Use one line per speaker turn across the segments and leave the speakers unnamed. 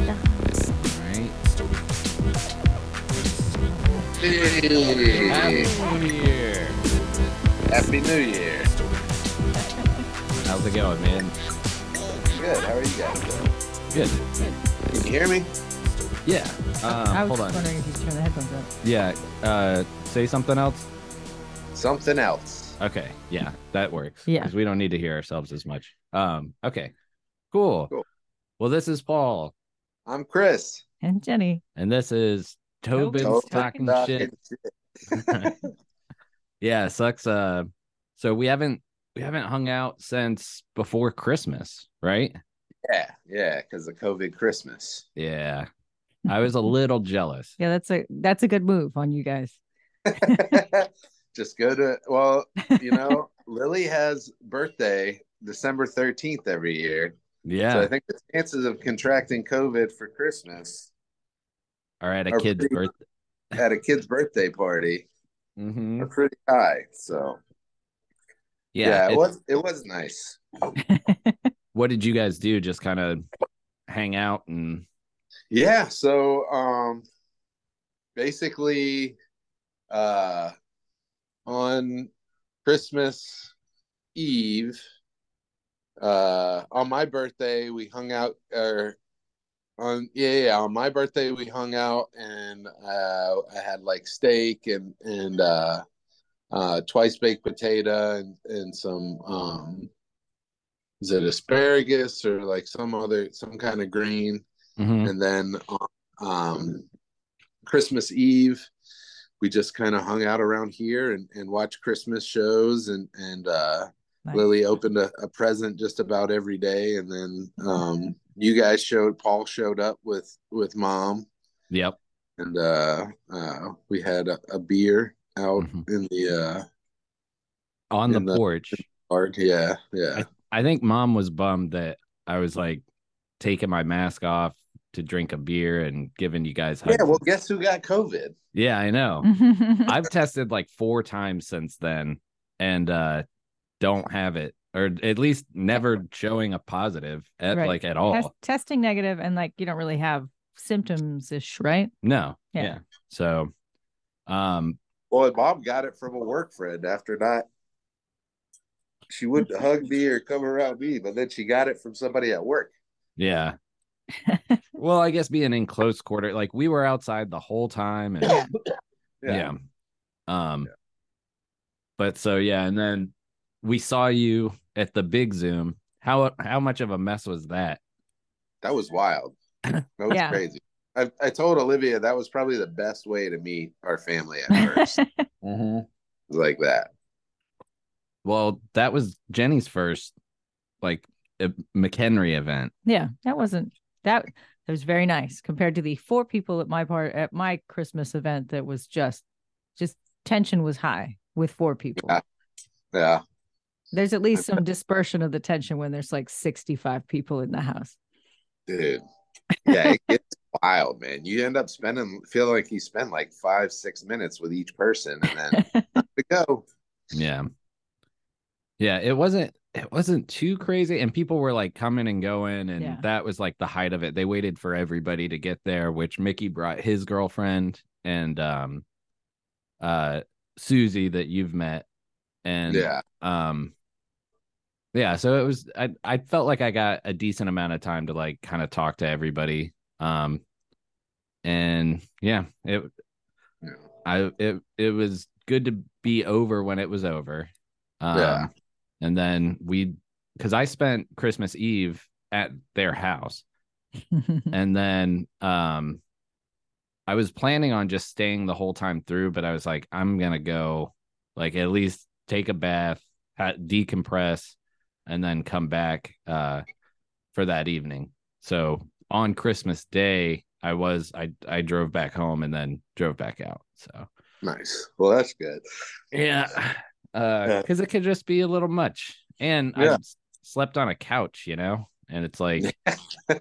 Alright.
Hey,
Happy New Year.
Happy New Year.
How's it going, man?
Good. How are you guys doing?
Good.
Can you hear me?
Yeah. Uh,
Um,
I was
hold on.
just wondering if you turn the headphones up.
Yeah. Uh, say something else.
Something else.
Okay. Yeah, that works.
Yeah.
Because we don't need to hear ourselves as much. Um. Okay. Cool.
Cool.
Well, this is Paul,
I'm Chris.
And Jenny,
and this is Tobin's
Tobin's
talking,
Talking
shit.
Talking
yeah, sucks. Uh, so we haven't we haven't hung out since before Christmas, right?
Yeah, yeah, because of COVID Christmas.
Yeah. I was a little jealous.
yeah, that's a that's a good move on you guys.
Just go to well, you know, Lily has birthday December 13th every year.
Yeah.
So I think the chances of contracting COVID for Christmas
All right, a
Our
kid's
pretty-
birthday.
at a kid's birthday party are pretty high. So
Yeah.
it,
it-
was it was nice.
what did you guys do? Just kind of hang out and
Yeah, so um basically uh on Christmas Eve uh on my birthday we hung out or on yeah, yeah on my birthday we hung out and uh I had like steak and and uh uh twice baked potato and and some um is it asparagus or like some other some kind of green and then on um, Christmas Eve, we just kind of hung out around here and, and watched Christmas shows. And and uh,
Nice.
Lily opened a, a present just about every day. And then um, you guys showed Paul showed up with with mom,
yep.
and uh, uh, we had a, a beer out
Mhm.
in the uh,
On the
And, uh,
porch.
park. Yeah, yeah,
I think mom was bummed that I was like taking my mask off to drink a beer and giving you guys hugs.
yeah. Well, guess who got COVID?
yeah, I know.
Mm-hmm.
I've tested like four times since then and uh don't have it or at least never showing a positive at
Right.
like at all.
Test- testing negative and like you don't really have symptoms ish, right?
No.
Yeah.
yeah. So um
Boy, Bob got it from a work friend after that. She would hug me or come around me, but then she got it from somebody at work.
Yeah. well, I guess being in close quarter, like we were outside the whole time, and yeah, um, but so yeah, and then we saw you at the big Zoom. How how much of a mess was that?
That was wild. That was
Yeah.
crazy. I, I told Olivia that was probably the best way to meet our family at first, like that.
Well, that was Jenny's first like e- McHenry event.
yeah, that wasn't that that was very nice compared to the four people at my part at my Christmas event that was just just tension was high with four people.
Yeah. Yeah.
There's at least some dispersion of the tension when there's like 65 people in the house.
Dude. Yeah. It gets wild, man. You end up spending, feel like you spend like five, six minutes with each person and then time to go.
Yeah, yeah, it wasn't it wasn't too crazy, and people were like coming and going, and
Yeah.
that was like the height of it. They waited for everybody to get there, which Mickey brought his girlfriend and um, uh, Susie that you've met, and
yeah.
um yeah so it was i i felt like i got a decent amount of time to like kind of talk to everybody um and yeah it
Yeah.
i it it was good to be over when it was over um
Yeah.
and then we because i spent christmas eve at their house and then um i was planning on just staying the whole time through but i was like i'm gonna go like at least take a bath ha- decompress and then come back uh for that evening so on christmas day i was i i drove back home and then drove back out so
Nice. Well, that's good.
yeah uh
Yeah.
because it could just be a little much and i
Yeah.
s- slept on a couch you know and it's like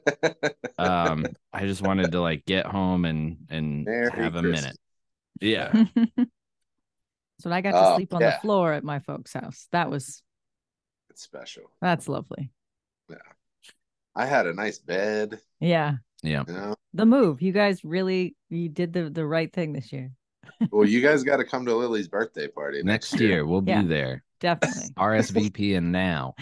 um i just wanted to like get home and and
Merry
have a
Christmas.
minute Yeah.
So I got to
Oh,
sleep on
yeah.
the floor at my folks' house. That was
It's special.
that's lovely.
I had a nice bed.
Yeah.
Yeah.
You know?
The move. You guys really you did the the right thing this year.
well, you guys got to come to Lily's birthday party
Next year we'll
Yeah.
be there.
Definitely.
RSVP and now.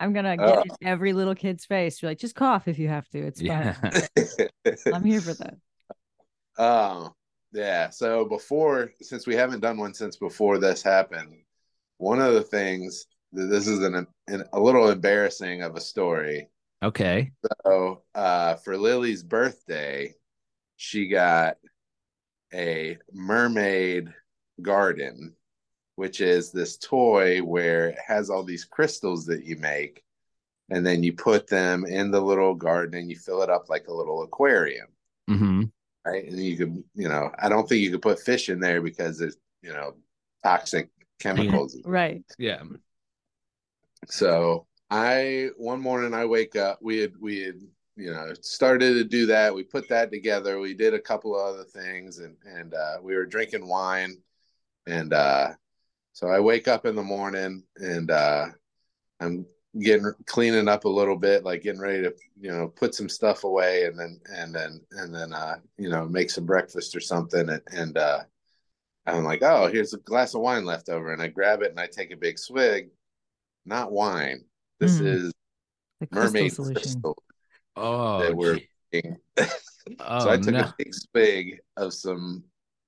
I'm gonna
Uh.
get in every little kid's face. You're like, just cough if you have to. It's
Yeah.
fine. I'm here for that.
Um, yeah. So before, since we haven't done one since before this happened, one of the things th- this is an, an a little embarrassing of a story.
okay.
So uh, for Lily's birthday, she got a mermaid garden, which is this toy where it has all these crystals that you make, and then you put them in the little garden and you fill it up like a little aquarium
hmm
right? And you could, you know, I don't think you could put fish in there because there's, you know, toxic chemicals.
Right.
Yeah.
so I one morning I wake up, we had we had, you know, started to do that. We put that together. We did a couple of other things and and uh we were drinking wine and uh so I wake up in the morning and uh I'm getting cleaning up a little bit, like getting ready to, you know, put some stuff away and then and then and then uh, you know, make some breakfast or something and, and uh I'm like, oh, here's a glass of wine left over. And I grab it and I take a big swig. Not wine. This
Hmm.
is
The crystal
mermaid
solution.
crystal.
Oh,
They were-
gee. oh
so I took
no.
a big swig of some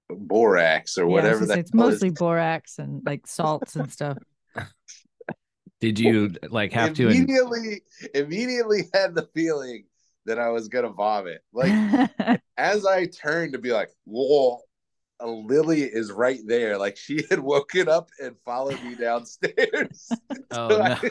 borax or
Yeah, I was
whatever
gonna say,
that
it's
was.
mostly borax and like salts and stuff.
Did you like have to? in-
immediately immediately had the feeling that I was gonna vomit. Like as I turned to be like, whoa, a Lily is right there. Like she had woken up and followed me downstairs.
Oh
So
no.
I,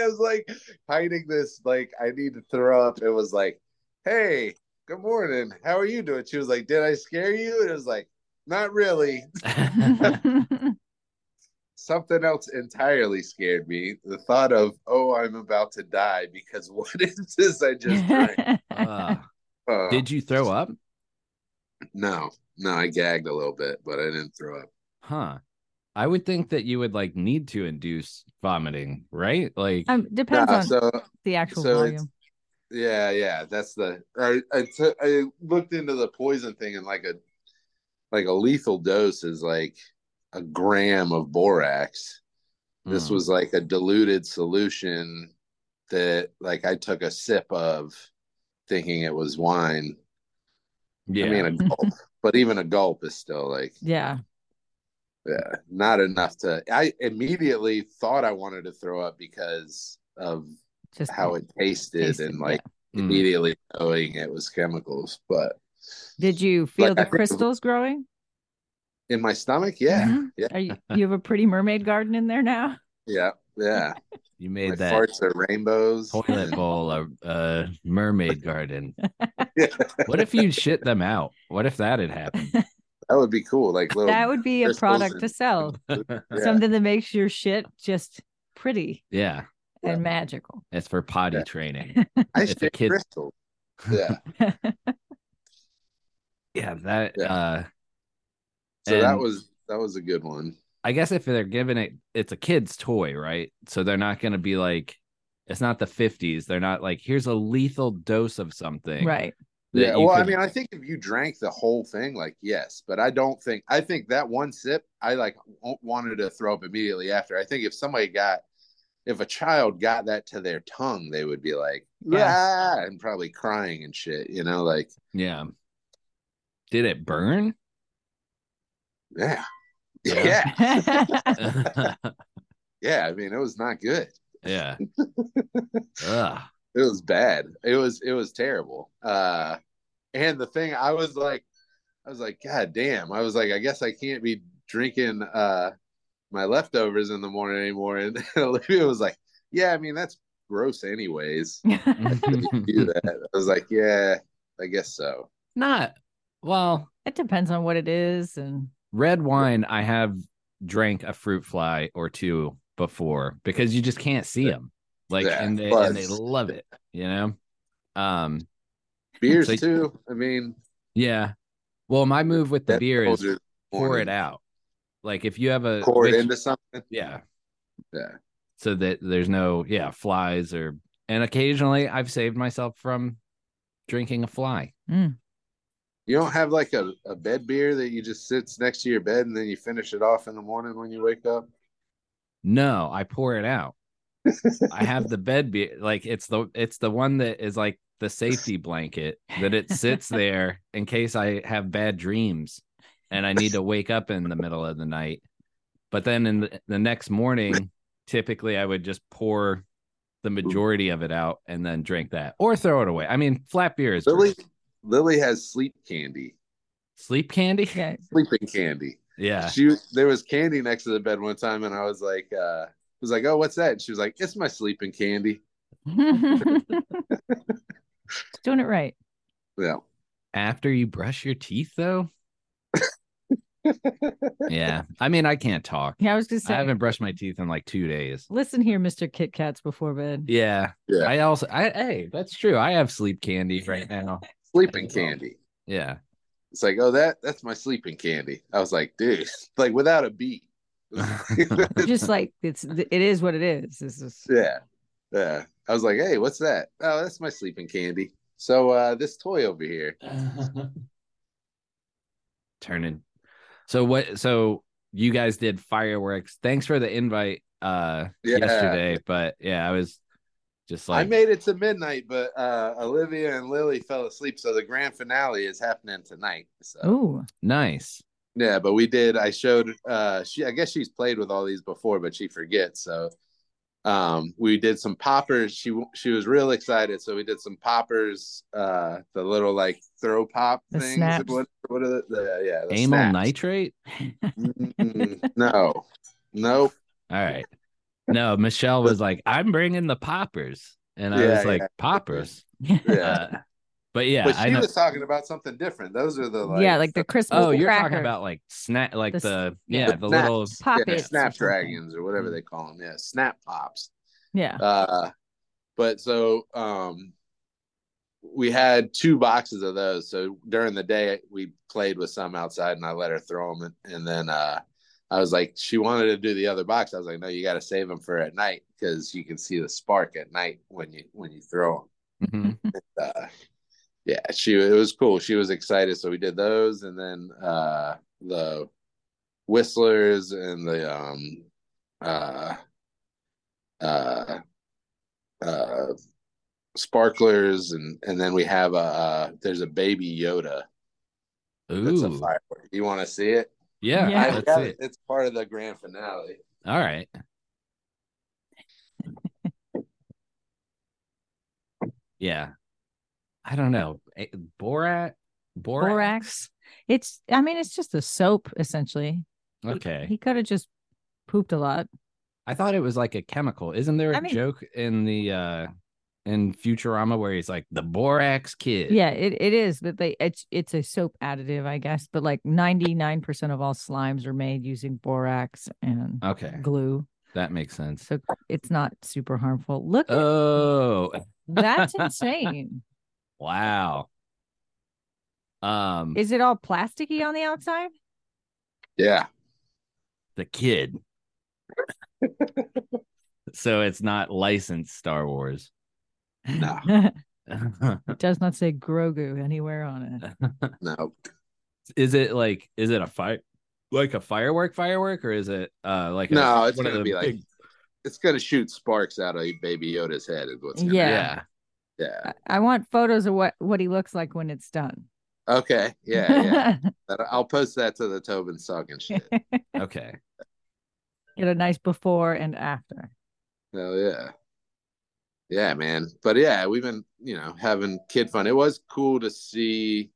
I was like hiding this, like I need to throw up. It was like, hey, good morning. How are you doing? She was like, did I scare you? And it was like, not really. Something else entirely scared me. The thought of, oh, I'm about to die because what is this I just drank?
Ah.
Oh,
did you throw up?
no, no, I gagged a little bit, but I didn't throw up.
Huh. I would think that you would like need to induce vomiting, right? Like,
um, depends
Nah,
on
so
the actual
so it's-
volume.
Yeah, yeah, that's the. I I, t- I looked into the poison thing and like a, like a lethal dose is like a gram of borax. This
mm.
was like a diluted solution that like I took a sip of, thinking it was wine.
yeah.
I mean a gulp, but even a gulp is still like
Yeah.
yeah, not enough to. I immediately thought I wanted to throw up because of
Just
how it tasted,
tasted,
and
yeah.
like
Mm.
immediately knowing it was chemicals, but.
Did you feel
Like, I
the
think-
crystals growing?
in my stomach yeah
Mm-hmm.
Mhm.
yeah
Are you you have a pretty mermaid garden in there now?
yeah yeah
you
my
made that
farts are rainbows
toilet bowl a, a mermaid garden.
Yeah,
What if you shit them out? What if that had happened?
that would be cool like little
That would be a
crystals
product
and-
to sell.
yeah.
Something that makes your shit just pretty
Yeah.
Yeah.
and magical.
It's for potty
Yeah.
training.
i
if a
shit
kid-
crystal yeah
Yeah. That,
Yeah.
uh,
so that
And-
was that was a good one
I guess if they're giving it, it's a kid's toy, right? So they're not going to be like, it's not the 50s. They're not like, here's a lethal dose of something.
Right.
that
yeah
you
well i
could-
mean i think if you drank the whole thing like yes but i don't think i think that one sip i like w- wanted to throw up immediately after i think if somebody got if a child got that to their tongue they would be like yeah and probably crying and shit you know like
yeah. Did it burn?
yeah
Yeah.
yeah
yeah.
Yeah, I mean, it was not good.
yeah. Ugh.
It was bad. It was it was terrible. Uh and the thing I was like I was like god damn. I was like I guess I can't be drinking uh my leftovers in the morning anymore and Olivia was like, "Yeah, I mean, that's gross anyways." You do that. I was like, "Yeah, I guess so."
not, well,
it depends on what it is and
red wine i have drank a fruit fly or two before because you just can't see them like
Yeah,
and, they,
but-
and they love it you know um
Beers
So-
too. I mean,
yeah Well, my move with the
That's
beer is
colder than
pour it
morning.
out. Like if you have a
Pour it
which-
into something.
yeah,
Yeah.
so that there's no yeah flies or and occasionally I've saved myself from drinking a fly.
You don't have like a, a bed beer that you just sits next to your bed and then you finish it off in the morning when you wake up.
No, I pour it out. I have the bed beer like it's the it's the one that is like the safety blanket that it sits there in case I have bad dreams and I need to wake up in the middle of the night. But then in the, the next morning, typically I would just pour the majority of it out and then drink that or throw it away. I mean, flat beer is
Lily
gross.
Lily has sleep candy,
sleep candy.
Yeah.
sleeping candy.
Yeah.
She there was candy next to the bed one time, and I was like, uh, I was like, oh, what's that? And she was like, it's my sleeping candy.
Doing it right.
Yeah,
After you brush your teeth though. yeah. I mean, I can't talk.
Yeah, I was gonna
I
say
haven't brushed my teeth in like two days.
listen here, Mr. Kit Kats before bed.
Yeah.
Yeah.
I also I hey, that's true. I have sleep candy right now.
sleeping
There you go.
candy.
Yeah.
It's like, oh, that that's my sleeping candy. I was like, dude, like without a beat.
Just like it's it is what it is. This is
yeah, yeah. I was like, hey, what's that? Oh, that's my sleeping candy. So uh, this toy over here.
Turning. So what so you guys did fireworks. Thanks for the invite uh
Yeah.
yesterday, but yeah, I was just like
I made it to midnight, but uh, Olivia and Lily fell asleep, so the grand finale is happening tonight. So.
oh
nice.
Yeah, but we did. I showed uh she I guess she's played with all these before, but she forgets. So um we did some poppers. She she was real excited, so we did some poppers, uh the little like throw pop
The
things.
snaps.
What what are the, the yeah, the
Amyl
snaps.
nitrate?
Mm, no. Nope.
All right. No, Michelle was like, I'm bringing the poppers. And I
Yeah,
was like,
yeah.
poppers.
Yeah.
Uh, but yeah,
but
I
she
know.
was talking about something different. Those are the like
yeah, like the Christmas.
Oh, you're
cracker.
talking about like snack, like
The
the,
s-
yeah, the
snaps.
little
yeah,
poppets. or
snapdragons or whatever they call them. Yeah, snap pops.
something. Yeah.
uh but so um we had two boxes of those so during the day we played with some outside and i let her throw them and, and then uh i was like she wanted to do the other box i was like no you got to save them for at night because you can see the spark at night when you when you throw
Mhm.
them uh, yeah she it was cool she was excited so we did those and then uh the whistlers and the um uh uh uh sparklers and and then we have a uh there's a baby yoda that's a
Ooh,
firework you want to see it
yeah,
Yeah.
I
that's
got
it.
it. it's part of the grand finale
All right. yeah, I don't know. Eh, Borat, Borat.
Borax. It's I mean, it's just a soap essentially. He-
Okay,
He could have just pooped a lot.
I thought it was like a chemical. Isn't there a
I mean-
joke in the uh in Futurama where he's like the Borax kid?
Yeah, it, it is, but they it's it's a soap additive, I guess. But like ninety nine percent of all slimes are made using borax and
Uh.
Okay,
glue,
that makes sense.
so it's not super harmful. Look,
Uh.
at-
Oh,
that's insane.
wow. Um,
Is it all plasticky on the outside?
yeah
the kid. so it's not licensed Star Wars.
No.
it does not say Grogu anywhere on
Uh.
it.
no
is it like is it a fire like a firework firework or is it uh like a-
No, it's
one of
gonna
the
be like-
big-
it's gonna shoot sparks out of baby yoda's head is what's gonna
yeah.
Yeah.
yeah
I, I want photos of what what he looks like when it's done.
okay yeah yeah That- i'll post that to the tobin's talking shit
okay
Get a nice before and after.
Oh yeah. Yeah, man. But yeah, we've been, you know, having kid fun. It was cool to see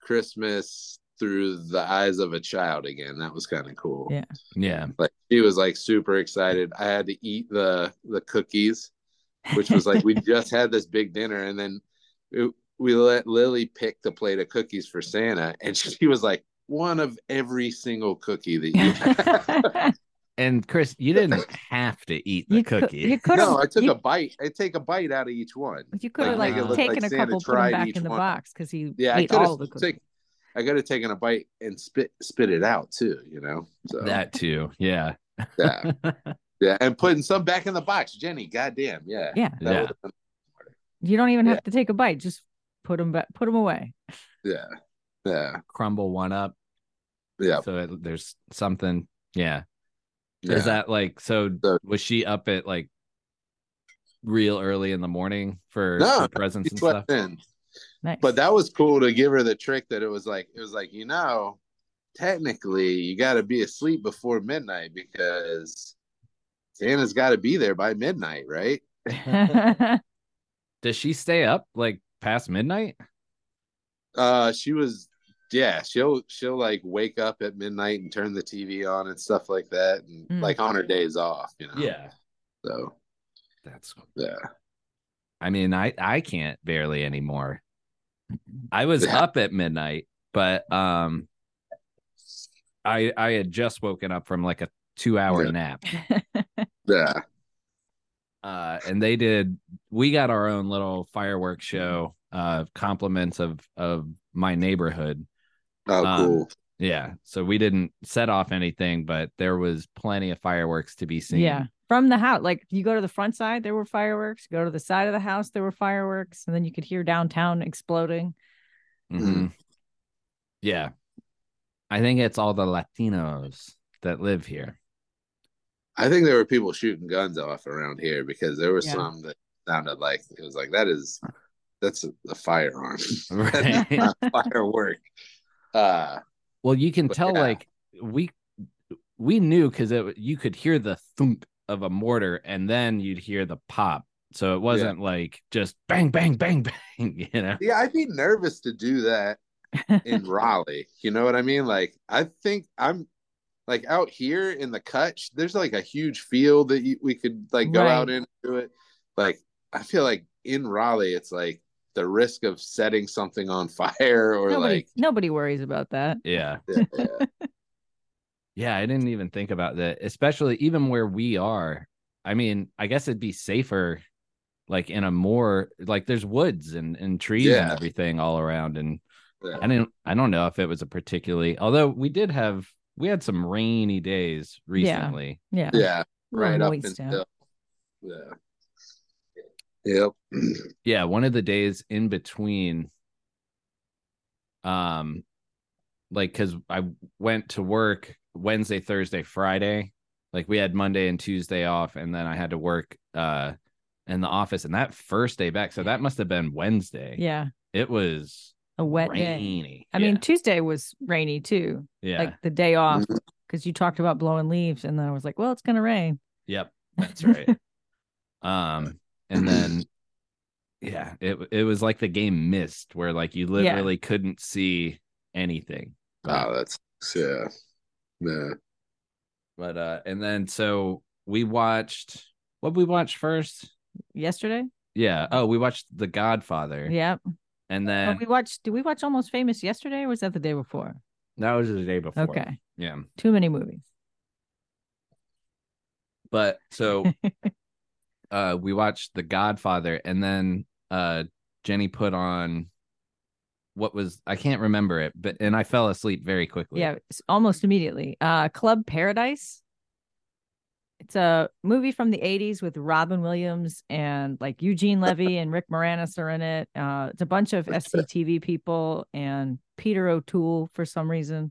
Christmas through the eyes of a child again. That was kind of cool.
Yeah.
yeah
Like she was like super excited. I had to eat the the cookies, which was like we just had this big dinner and then it- we let Lily pick the plate of cookies for Santa and she was like one of every single cookie that you have.
and chris you didn't have to eat the
you could
cookie
you could
No, I took a bite. I take a bite out of each one.
you could have
like,
like,
make it look
taken
like
a
Santa
couple, put
tried
them back
each
in the
one.
box because he
Yeah, I
ate
coulda
all the
still
cookies.
took- I could have taken a bite and spit spit it out too, you know. So
That too. Yeah.
yeah, yeah, and putting some back in the box, Jenny. Goddamn, yeah,
Yeah.
That
Yeah.
would've been-
You don't even
Yeah.
have to take a bite. Just put them back, put them away.
yeah, yeah,
Crumble one up.
yeah.
So it, there's something. Yeah.
yeah.
Is that like so?
So-
Was she up at like real early in the morning for,
No,
for presents
He
and stuff?
slept in,
Nice.
but that was cool to give her the trick that it was like it was like you know, technically you got to be asleep before midnight because Santa's got to be there by midnight, right?
Does she stay up like past midnight?
Uh, she was, yeah. She'll she'll like wake up at midnight and turn the TV on and stuff like that, and
Mm.
like on her days off, you know. So
That's
yeah,
I mean, I I can't barely anymore. I was
Yeah.
up at midnight, but um I I had just woken up from like a 2-hour
Yeah.
nap.
yeah,
Uh and they did we got our own little fireworks show uh compliments of of my neighborhood.
oh
Um,
cool,
Yeah. So we didn't set off anything, but there was plenty of fireworks to be seen.
yeah. From the house, like you go to the front side, there were fireworks. You go to the side of the house, there were fireworks, and then you could hear downtown exploding.
hmm Yeah. I think it's all the Latinos that live here.
I think there were people shooting guns off around here because there were
Yeah.
some that sounded like it was like that is that's a, a firearm,
Right.
Not a firework. Uh,
Well, you can
But
tell
yeah.
like we we knew because it you could hear the thunk of a mortar and then you'd hear the pop. So it wasn't like just bang, bang, bang, bang. You know,
yeah, I'd be nervous to do that in Raleigh. You know what I mean? Like I think I'm like out here in the cut. sh- There's like a huge field that you, we could like go
Right.
out into it. Like I feel like in Raleigh, it's like the risk of setting something on fire or
nobody,
like
nobody worries about that.
yeah,
yeah, yeah.
yeah. I didn't even think about that, especially even where we are. I mean, I guess it'd be safer, like in a more like there's woods and and trees and
Yeah.
everything all around, and
Yeah.
I didn't. I don't know if it was a particularly. Although we did have we had some rainy days recently.
Yeah.
Yeah,
Little
right up
moist out.
until yeah. Yep.
yeah one of the days in between um like because i went to work wednesday thursday friday like we had monday and tuesday off and then i had to work uh in the office and that first day back so that must have been wednesday
Yeah.
it was
A wet day.
rainy
I mean, Tuesday was rainy too,
yeah, yeah.
like the day off,
Mm-hmm.
because you talked about blowing leaves, and then I was like, well, it's going to rain.
yep That's right. Um, and then yeah, it it was like the game missed where like you literally couldn't see anything.
Oh, that's yeah. Yeah.
But uh and then so we watched what we watched first?
Yesterday?
Yeah. Oh, we watched The Godfather.
Yeah.
And
Oh,
then
we watched, did we watch Almost Famous yesterday or was that the day before?
that was the day before.
Okay.
Yeah.
Too many movies.
But so uh we watched The Godfather and then uh Jenny put on what was I can't remember it, but and I fell asleep very quickly.
Yeah, s- almost immediately. Uh, Club Paradise. It's a movie from the 80s with Robin Williams and like Eugene Levy and Rick Moranis are in it. Uh, it's a bunch of SCTV people and Peter O'Toole for some reason.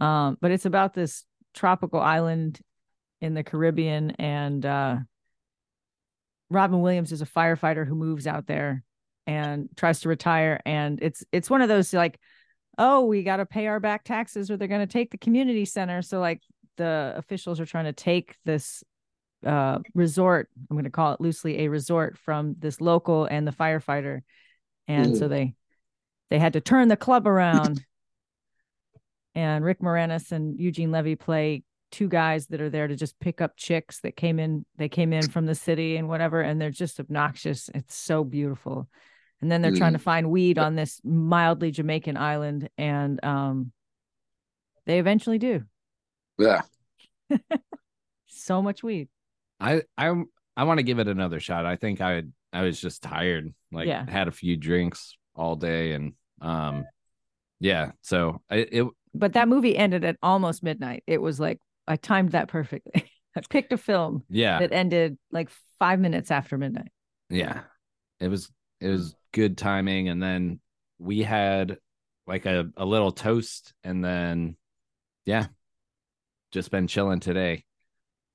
Um, but it's about this tropical island in the Caribbean and uh, Robin Williams is a firefighter who moves out there and tries to retire and it's it's one of those like oh, we got to pay our back taxes or they're going to take the community center. So, like, the officials are trying to take this uh, resort, I'm going to call it loosely a resort from this local and the firefighter. And so they they had to turn the club around. and Rick Moranis and Eugene Levy play two guys that are there to just pick up chicks that came in they came in from the city and whatever and they're just obnoxious. It's so beautiful and then they're trying to
Mm.
find weed on this mildly Jamaican island, and um, they eventually do
Yeah.
so much weed.
I I I want to give it another shot. I think I I was just tired. Like
Yeah.
had a few drinks all day and um yeah. So I, it
But that movie ended at almost midnight. It was like I timed that perfectly. I picked a film
yeah
that ended like five minutes after midnight.
yeah it was it was good timing and then we had like a, a little toast and then yeah just been chilling today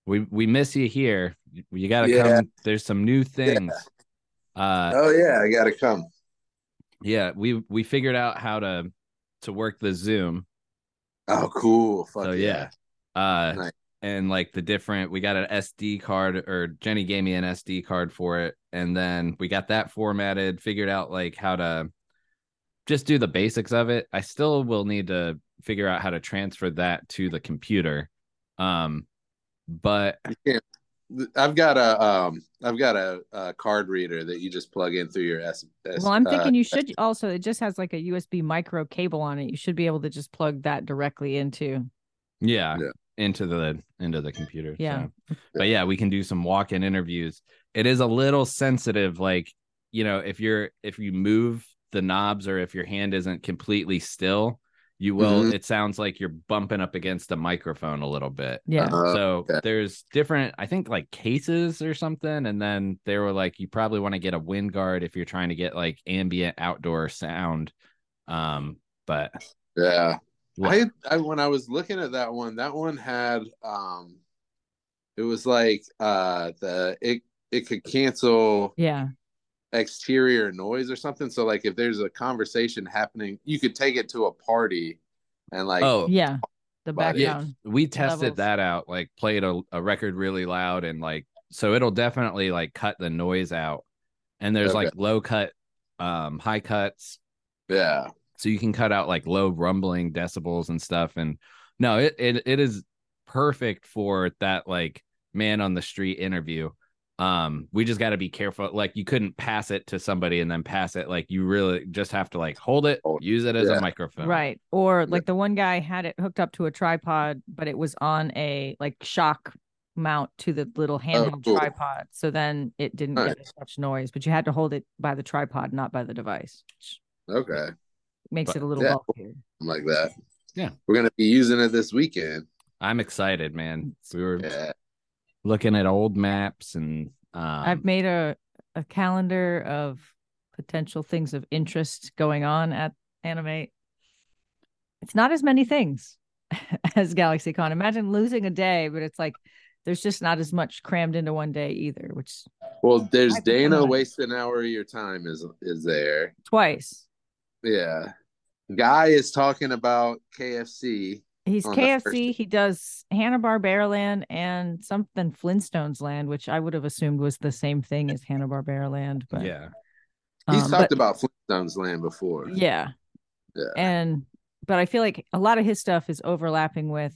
we we miss you here You- you gotta
Yeah.
come there's some new things uh
Oh yeah, I gotta come.
yeah we we figured out how to to work the zoom
Oh, cool. Fuck
so
yeah.
yeah, uh
Nice.
and like the different we got an sd card or jenny gave me an sd card for it and then we got that formatted figured out like how to just do the basics of it i still will need to figure out how to transfer that to the computer um but
I've got a um, I've got a, a card reader that you just plug in through your S. S-
Well, I'm
uh,
thinking you should also. It just has like a USB micro cable on it. You should be able to just plug that directly into.
yeah,
Yeah.
into the into the computer
Yeah.
so. but yeah we can do some walk-in interviews it is a little sensitive like you know if you're if you move the knobs or if your hand isn't completely still you will
Mhm.
it sounds like you're bumping up against the microphone a little bit
Yeah.
uh,
so
okay.
there's different i think like cases or something and then they were like you probably want to get a wind guard if you're trying to get like ambient outdoor sound um but
yeah.
look,
I, I when I was looking at that one, that one had um it was like uh the it it could cancel
Yeah.
exterior noise or something. So like if there's a conversation happening, you could take it to a party and like
oh
Yeah. The
But it-
background.
we tested
levels.
that out like played a, a record really loud and like so it'll definitely like cut the noise out and there's
Okay.
like low cut um high cuts
yeah.
so you can cut out like low rumbling decibels and stuff and no it it, it is perfect for that like man on the street interview um we just got to be careful like you couldn't pass it to somebody and then pass it like you really just have to like hold it
Hold-
use it as
yeah.
a microphone
Right. Or like the one guy had it hooked up to a tripod, but it was on a like shock mount to the little handheld
cool.
tripod. So then it didn't get as much noise, but you had to hold it by the tripod, not by the device. which
Okay.
Makes
But-
it a little
Yeah.
bulkier.
I'm like that.
Yeah.
We're gonna be using it this weekend.
i'm excited man we were
Yeah.
looking at old maps and um,
I've made a, a calendar of potential things of interest going on at Animate. It's not as many things as GalaxyCon. Imagine losing a day, but it's like there's just not as much crammed into one day either, which
Well there's
Might be
Dana
fun.
waste an hour of your time is is there.
twice.
Yeah. Guy is talking about KFC.
He's
Oh,
on the first day.
KFC. He does Hanna Barbera Land and something Flintstones Land, which I would have assumed was the same thing as Hanna Barbera Land. But
yeah
He's
um,
talked
but-
about Flintstones land before.
Yeah.
Yeah.
And but I feel like a lot of his stuff is overlapping with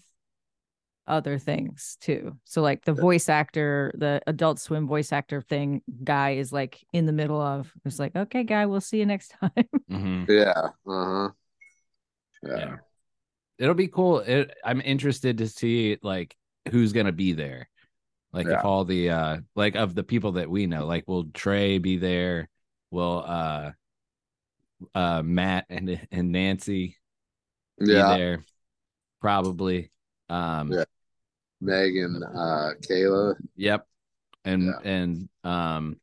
other things too. So like the voice actor, the adult swim voice actor thing guy is like in the middle of it's like, okay, guy, we'll see you next time.
Mhm.
Yeah. Uh huh. Yeah.
Yeah. it'll be cool it, i'm interested to see like who's gonna be there like
Yeah.
if all the uh like of the people that we know like will trey be there will uh uh matt and and nancy be
Yeah.
there probably um
Yeah. Meg and uh, Kayla.
Yep. And
Yeah.
and um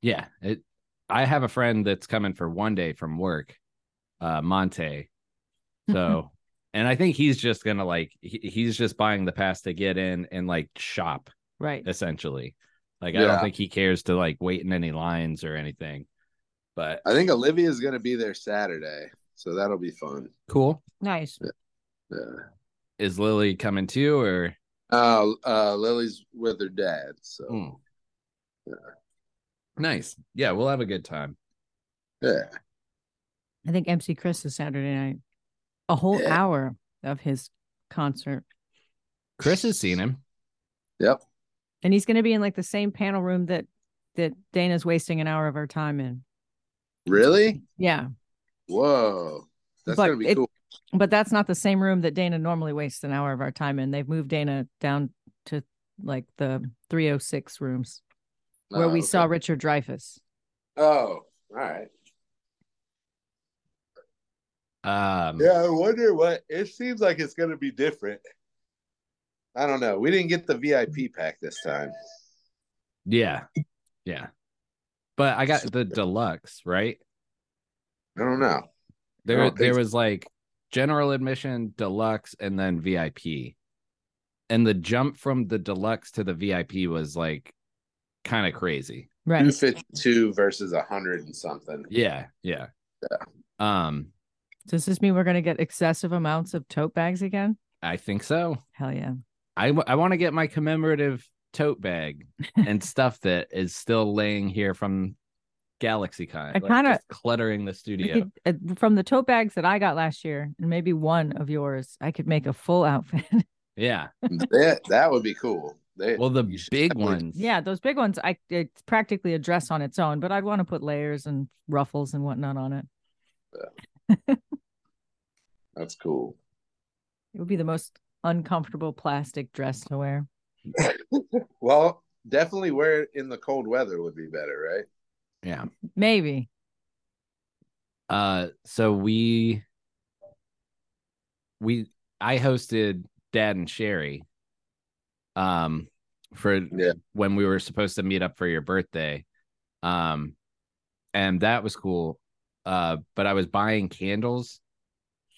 yeah, it I have a friend that's coming for one day from work, uh Monte. So and I think he's just gonna like he, he's just buying the pass to get in and like shop
right.
essentially. Like I
Yeah.
don't think he cares to like wait in any lines or anything. But
I think Olivia's going to be there Saturday. So that'll be fun.
cool.
Nice.
Yeah.
Is Lily coming too or
Uh, uh, Lily's with her dad. So
Mm. nice. Yeah, we'll have a good time.
yeah.
I think MC Chris is Saturday night. A whole
Yeah.
hour of his concert.
Chris has seen him.
Yep.
And he's gonna be in like the same panel room that that Dana's wasting an hour of her time in.
Really?
Yeah.
Whoa. That's
But
going to be
it-
cool.
But that's not the same room that Dana normally wastes an hour of our time in. They've moved Dana down to like the 306 rooms where
Oh,
we
okay.
saw Richard Dreyfus.
Oh, all right.
Um,
Yeah, I wonder what it seems like it's gonna be different. I don't know. We didn't get the VIP pack this time.
yeah, yeah. But I got the deluxe, right?
I don't know. I
There,
don't think
there
so.
was like general admission, deluxe, and then VIP. And the jump from the deluxe to the VIP was like kind of crazy.
Right.
Two fifty two versus a hundred and something.
Yeah, yeah, yeah. Um,
Does this mean we're going to get excessive amounts of tote bags again?
I think so.
Hell yeah.
I, w- I want to get my commemorative tote bag and stuff that is still laying here from GalaxyCon.
I kinda-
just cluttering the
We
studio.
could, uh, from the tote bags that I got last year, and maybe one of yours, I could make a full outfit.
Yeah.
that that would be cool. They-
Well, the
you should
big
definitely-
ones.
yeah, those big ones, I it's practically a dress on its own, but I'd want to put layers and ruffles and whatnot on it.
That's cool.
It would be the most uncomfortable plastic dress to wear.
Well, definitely wear it in the cold weather would be better, right?
Yeah.
Maybe.
Uh. So we we I hosted Dad and Sherry. Um, for
Yeah.
when we were supposed to meet up for your birthday, um, and that was cool. Uh, but I was buying candles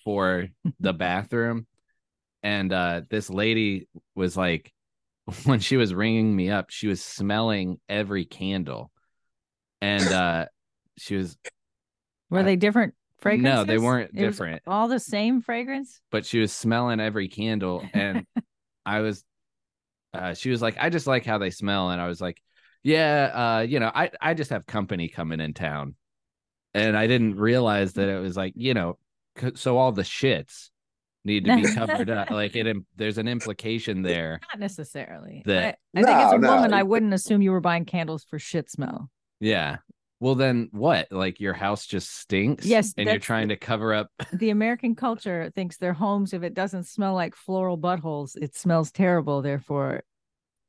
for the bathroom and uh this lady was like when she was ringing me up she was smelling every candle and uh she was
Were they different fragrances?
no they weren't
It was
different
all the same fragrance?
but she was smelling every candle and i was uh she was like i just like how they smell and i was like yeah uh you know i i just have company coming in town and i didn't realize that it was like you know c- so all the shits need to be covered up like it im- there's an implication there
Not necessarily.
That-
I, I think as
No,
a
no.
woman, I wouldn't assume you were buying candles for shit smell.
Yeah. Well, then what? Like your house just stinks.
Yes,
And you're
that's-
trying to cover up.
the American culture thinks their homes, if it doesn't smell like floral buttholes, it smells terrible. Therefore,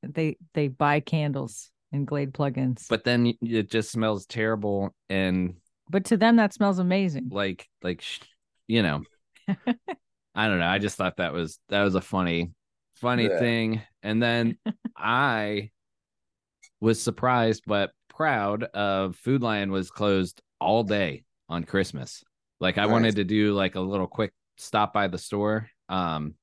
they they buy candles and Glade plugins. But,
But then y- it just smells terrible. And
to them, that smells amazing.
like, like, sh- you know, I don't know. I just thought that was, that was a funny, funny
Yeah.
thing. And then I was surprised, but proud of Food Lion was closed all day on Christmas. Like I
Nice.
wanted to do like a little quick stop by the store. Um,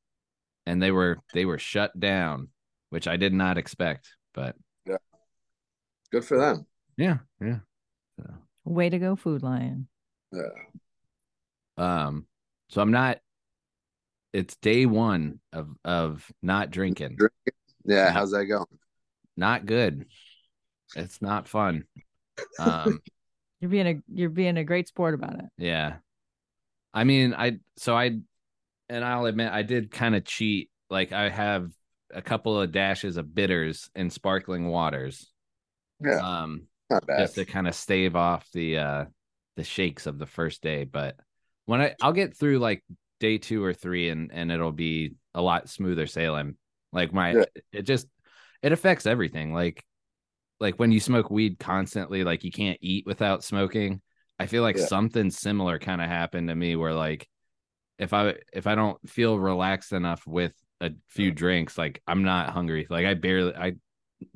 and they were, they were shut down, which I did not expect, but
Good for them.
Yeah, yeah.
Way to go, Food Lion!
Yeah.
Um, so I'm not. It's day one of of not drinking.
Yeah, how's that going?
Not good. It's not fun. Um,
You're being a you're being a great sport about it.
yeah. I mean, I so I, and I'll admit I did kind of cheat. Like I have a couple of dashes of bitters and sparkling waters.
Yeah.
Um,
Not bad.
just to kind of stave off the uh the shakes of the first day but when i i'll get through like day two or three and and it'll be a lot smoother sailing like my
Yeah.
it just it affects everything like like when you smoke weed constantly like you can't eat without smoking i feel like
Yeah.
something similar kind of happened to me where like if i if i don't feel relaxed enough with a few drinks like i'm not hungry like i barely i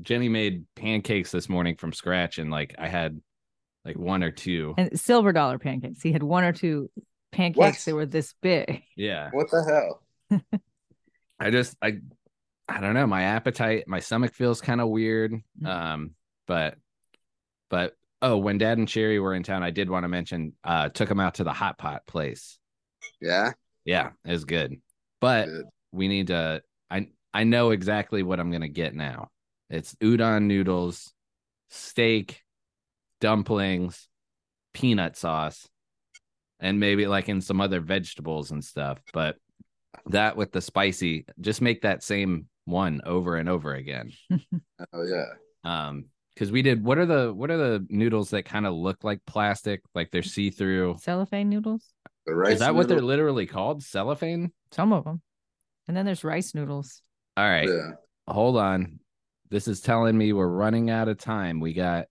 Jenny made pancakes this morning from scratch, and like I had like one or two.
And silver dollar pancakes. He had one or two pancakes.
What?
They were this big.
Yeah,
What the hell?
I just I I don't know. My appetite, my stomach feels kind of weird. Um, but but oh, when Dad and Sherry were in town, I did want to mention. Uh, took them out to the hot pot place.
Yeah.
Yeah, it was good. But
Good.
we need to. I I know exactly what I'm gonna get now. It's udon noodles, steak, dumplings, peanut sauce, and maybe like in some other vegetables and stuff. But that with the spicy, just make that same one over and over again.
Oh yeah.
Um, because we did. What are the what are the noodles that kind of look like plastic, like they're see through?
Cellophane noodles.
The rice
Is that what they're
noodle-
literally called? Cellophane.
Some of them. And then there's rice noodles.
All right.
Yeah.
hold on. This is telling me we're running out of time. We got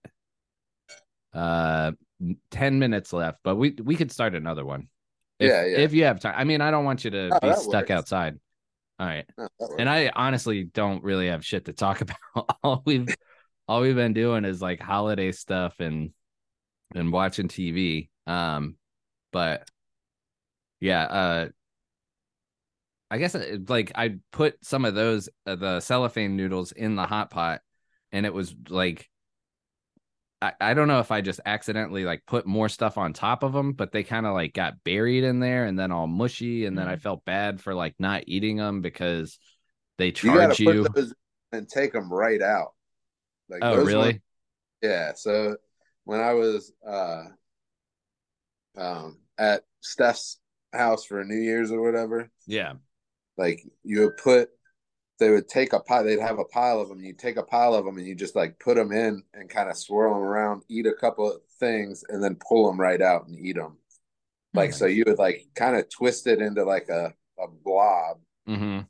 uh 10 minutes left, but we we could start another one. If,
Yeah, yeah.
if you have time. I mean, I don't want you to
Oh,
be
that
stuck
works.
outside. All right.
No, that works.
And I honestly don't really have shit to talk about. all we've all we've been doing is like holiday stuff and and watching TV. Um but yeah, uh I guess uh, like I put some of those uh, the cellophane noodles in the hot pot and it was like I, I don't know if I just accidentally like put more stuff on top of them, but they kind of like got buried in there and then all mushy. And then I
Mm-hmm.
Mm.
felt bad for like not eating them because they
you gotta
charge
put
you.
those in and take them right out. Like
oh,
those
really?
ones- yeah. So when I was uh um at Steph's house for New Year's or whatever,
Yeah.
like you would put they would take a pile they'd have a pile of them you take a pile of them and you just like put them in and kind of swirl them around eat a couple of things and then pull them right out and eat them like so you would like kind of twist it into like a, a blob
hmm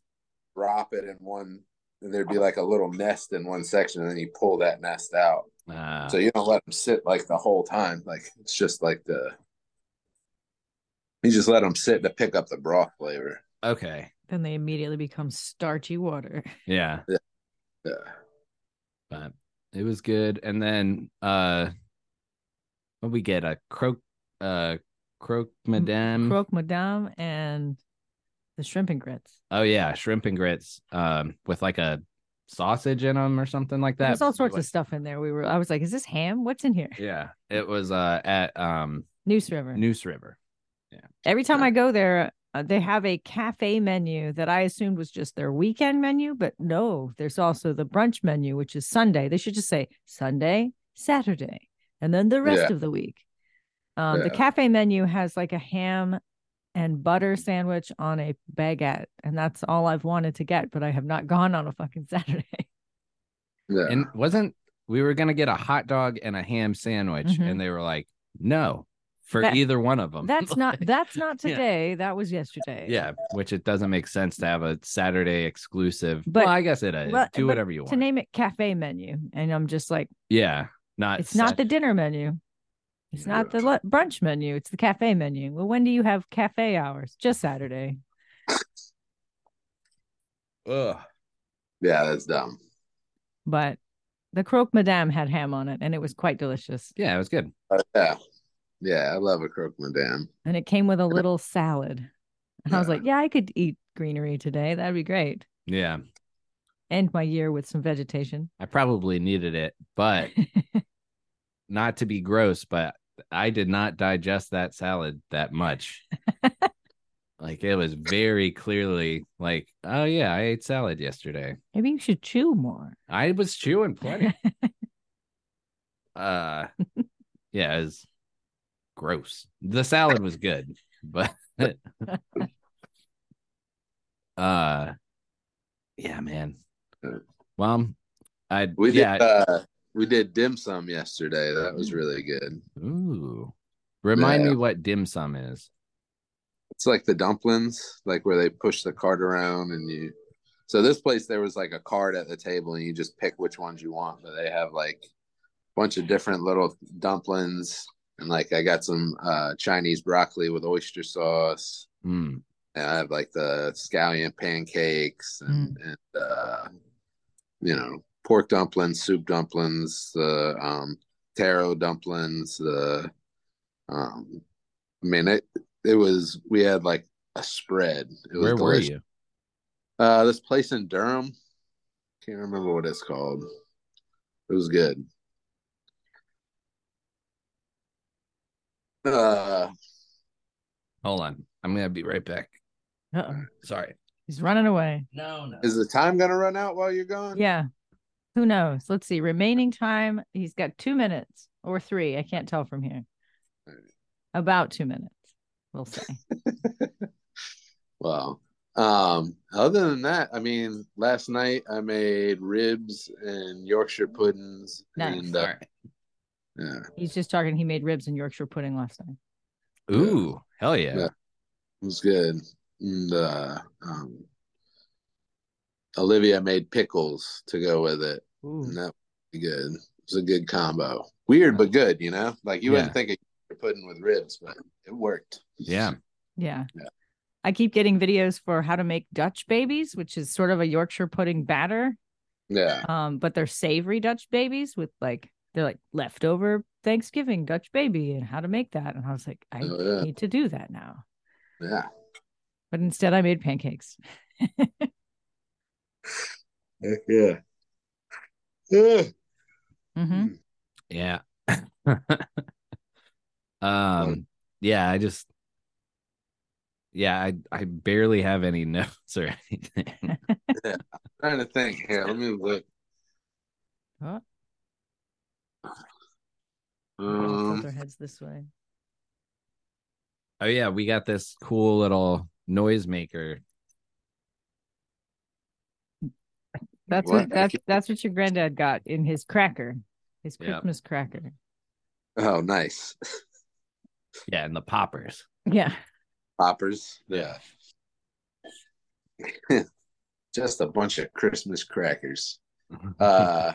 drop it in one and there'd be like a little nest in one section and then you pull that nest out
Uh,
so you don't let them sit like the whole time like it's just like the you just let them sit to pick up the broth flavor
okay.
Then they immediately become starchy water.
Yeah.
yeah
But it was good. And then, uh, what we get a croak, uh, croque madame.
Croque Madame and the shrimp and grits.
Oh yeah, shrimp and grits, um, with like a sausage in them or something like that.
There's all sorts
Like-
of stuff in there. We were I was like, is this ham? What's in here?
Yeah, it was uh at um
Noose River.
Noose River.
Every time
Yeah.
I go there, uh, they have a cafe menu that I assumed was just their weekend menu, but no, there's also the brunch menu, which is Sunday. They should just say Sunday, Saturday, and then the rest
Yeah.
of the week. Um, The
Yeah.
cafe menu has like a ham and butter sandwich on a baguette, and that's all I've wanted to get, but I have not gone on a fucking Saturday.
yeah
And wasn't we were gonna get a hot dog and a ham sandwich,
Mhm.
and they were like, no, for
That-
either one of them.
That's not that's not
Yeah.
today. That was yesterday.
yeah, which it doesn't make sense to have a Saturday exclusive. But
But-
well, I guess it is.
well,
Do
but
whatever you want.
To name it cafe menu, and I'm just like.
yeah, not
it's not the
Sat-
dinner menu. It's
Yeah.
not the lu- brunch menu. It's the cafe menu. Well, when do you have cafe hours? Just Saturday.
Ugh.
yeah that's dumb
But the croque madame had ham on it, and it was quite delicious.
Yeah, it was good.
But, Uh, yeah. Yeah, I love a croque madame.
And it came with a little salad. And I was
Yeah.
like, yeah, I could eat greenery today. That'd be great.
Yeah,
End my year with some vegetation.
I probably needed it, but not to be gross, but I did not digest that salad that much. like it was very clearly like, oh yeah, I ate salad yesterday.
Maybe you should chew more.
I was chewing plenty. uh yeah, it was gross. The salad was good, but uh yeah, man. Well, I
We
yeah,
did uh we did dim sum yesterday. That was really good.
ooh. Remind
Yeah.
me what dim sum is.
It's like the dumplings, like where they push the cart around and you so this place there was like a card at the table and you just pick which ones you want, but they have like a bunch of different little dumplings and like I got some uh Chinese broccoli with oyster sauce.
Hmm.
And I have like the scallion pancakes and, and uh, you know pork dumplings, soup dumplings, the um, taro dumplings. The um, I mean it. It was we had like a spread. It was
Where were
delicious.
you?
Uh, this place in Durham. Can't remember what it's called. It was good. Uh,
Hold on. I'm gonna be right back.
Uh-oh.
Sorry.
He's running away.
No, no.
is the time gonna run out while you're gone?
Yeah. Who knows? Let's see. Remaining time. He's got two minutes or three. I can't tell from here. About two minutes, we'll say.
Wow. Um, other than that, I mean, last night I made ribs and Yorkshire puddings
Nice.
and uh,
Sorry.
yeah, it
He's just talking. He made ribs and Yorkshire pudding last night.
Ooh, hell yeah.
Yeah. was good. And uh, um, Olivia made pickles to go with it,
Hmm.
and that was good. It was a good combo. Weird but good, you know. Like you
Yeah.
wouldn't think of Yorkshire pudding with ribs, but it worked.
Yeah.
Yeah.
Yeah.
I keep getting videos for how to make Dutch babies, which is sort of a Yorkshire pudding batter.
Yeah.
Um, but they're savory Dutch babies with like they're like leftover Thanksgiving Dutch baby and how to make that. And I was like, I
Oh, yeah.
need to do that now.
Yeah.
But instead I made pancakes.
Heck yeah. Yeah.
hmm
Yeah. um yeah, I just yeah, I I barely have any notes or anything.
trying to think here. Let me look.
Huh?
Um, Mm.
their heads this way.
oh yeah, we got this cool little noisemaker.
That's
What?
what that's that's what your granddad got in his cracker, his
Yeah.
Christmas cracker.
oh, nice.
Yeah, and the poppers.
Yeah.
Poppers. Yeah. Just a bunch of Christmas crackers. Uh,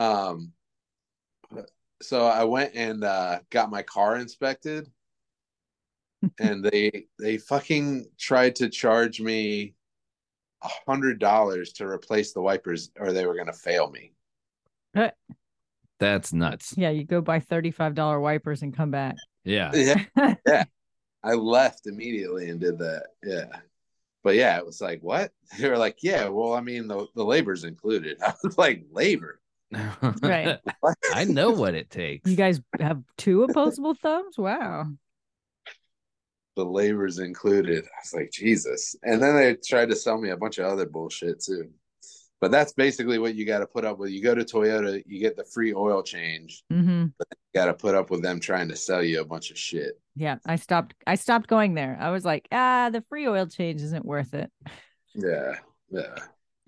um, so I went and uh, got my car inspected, and they they fucking tried to charge me a hundred dollars to replace the wipers, or they were gonna fail me.
That's nuts.
Yeah, you go buy $35 wipers and come back.
Yeah.
Yeah, yeah. I left immediately and did that. Yeah. But yeah, it was like, what? They were like, yeah, well, I mean, the, the labor's included. I was like, labor?
Right.
What?
I know what it takes.
You guys have two opposable thumbs? Wow.
the labor's included. I was like, Jesus. And then they tried to sell me a bunch of other bullshit too. But that's basically what you got to put up with. You go to Toyota, you get the free oil change.
Mm-hmm.
You got to put up with them trying to sell you a bunch of shit.
Yeah, I stopped. I stopped going there. I was like, ah, the free oil change isn't worth it.
Yeah. Yeah.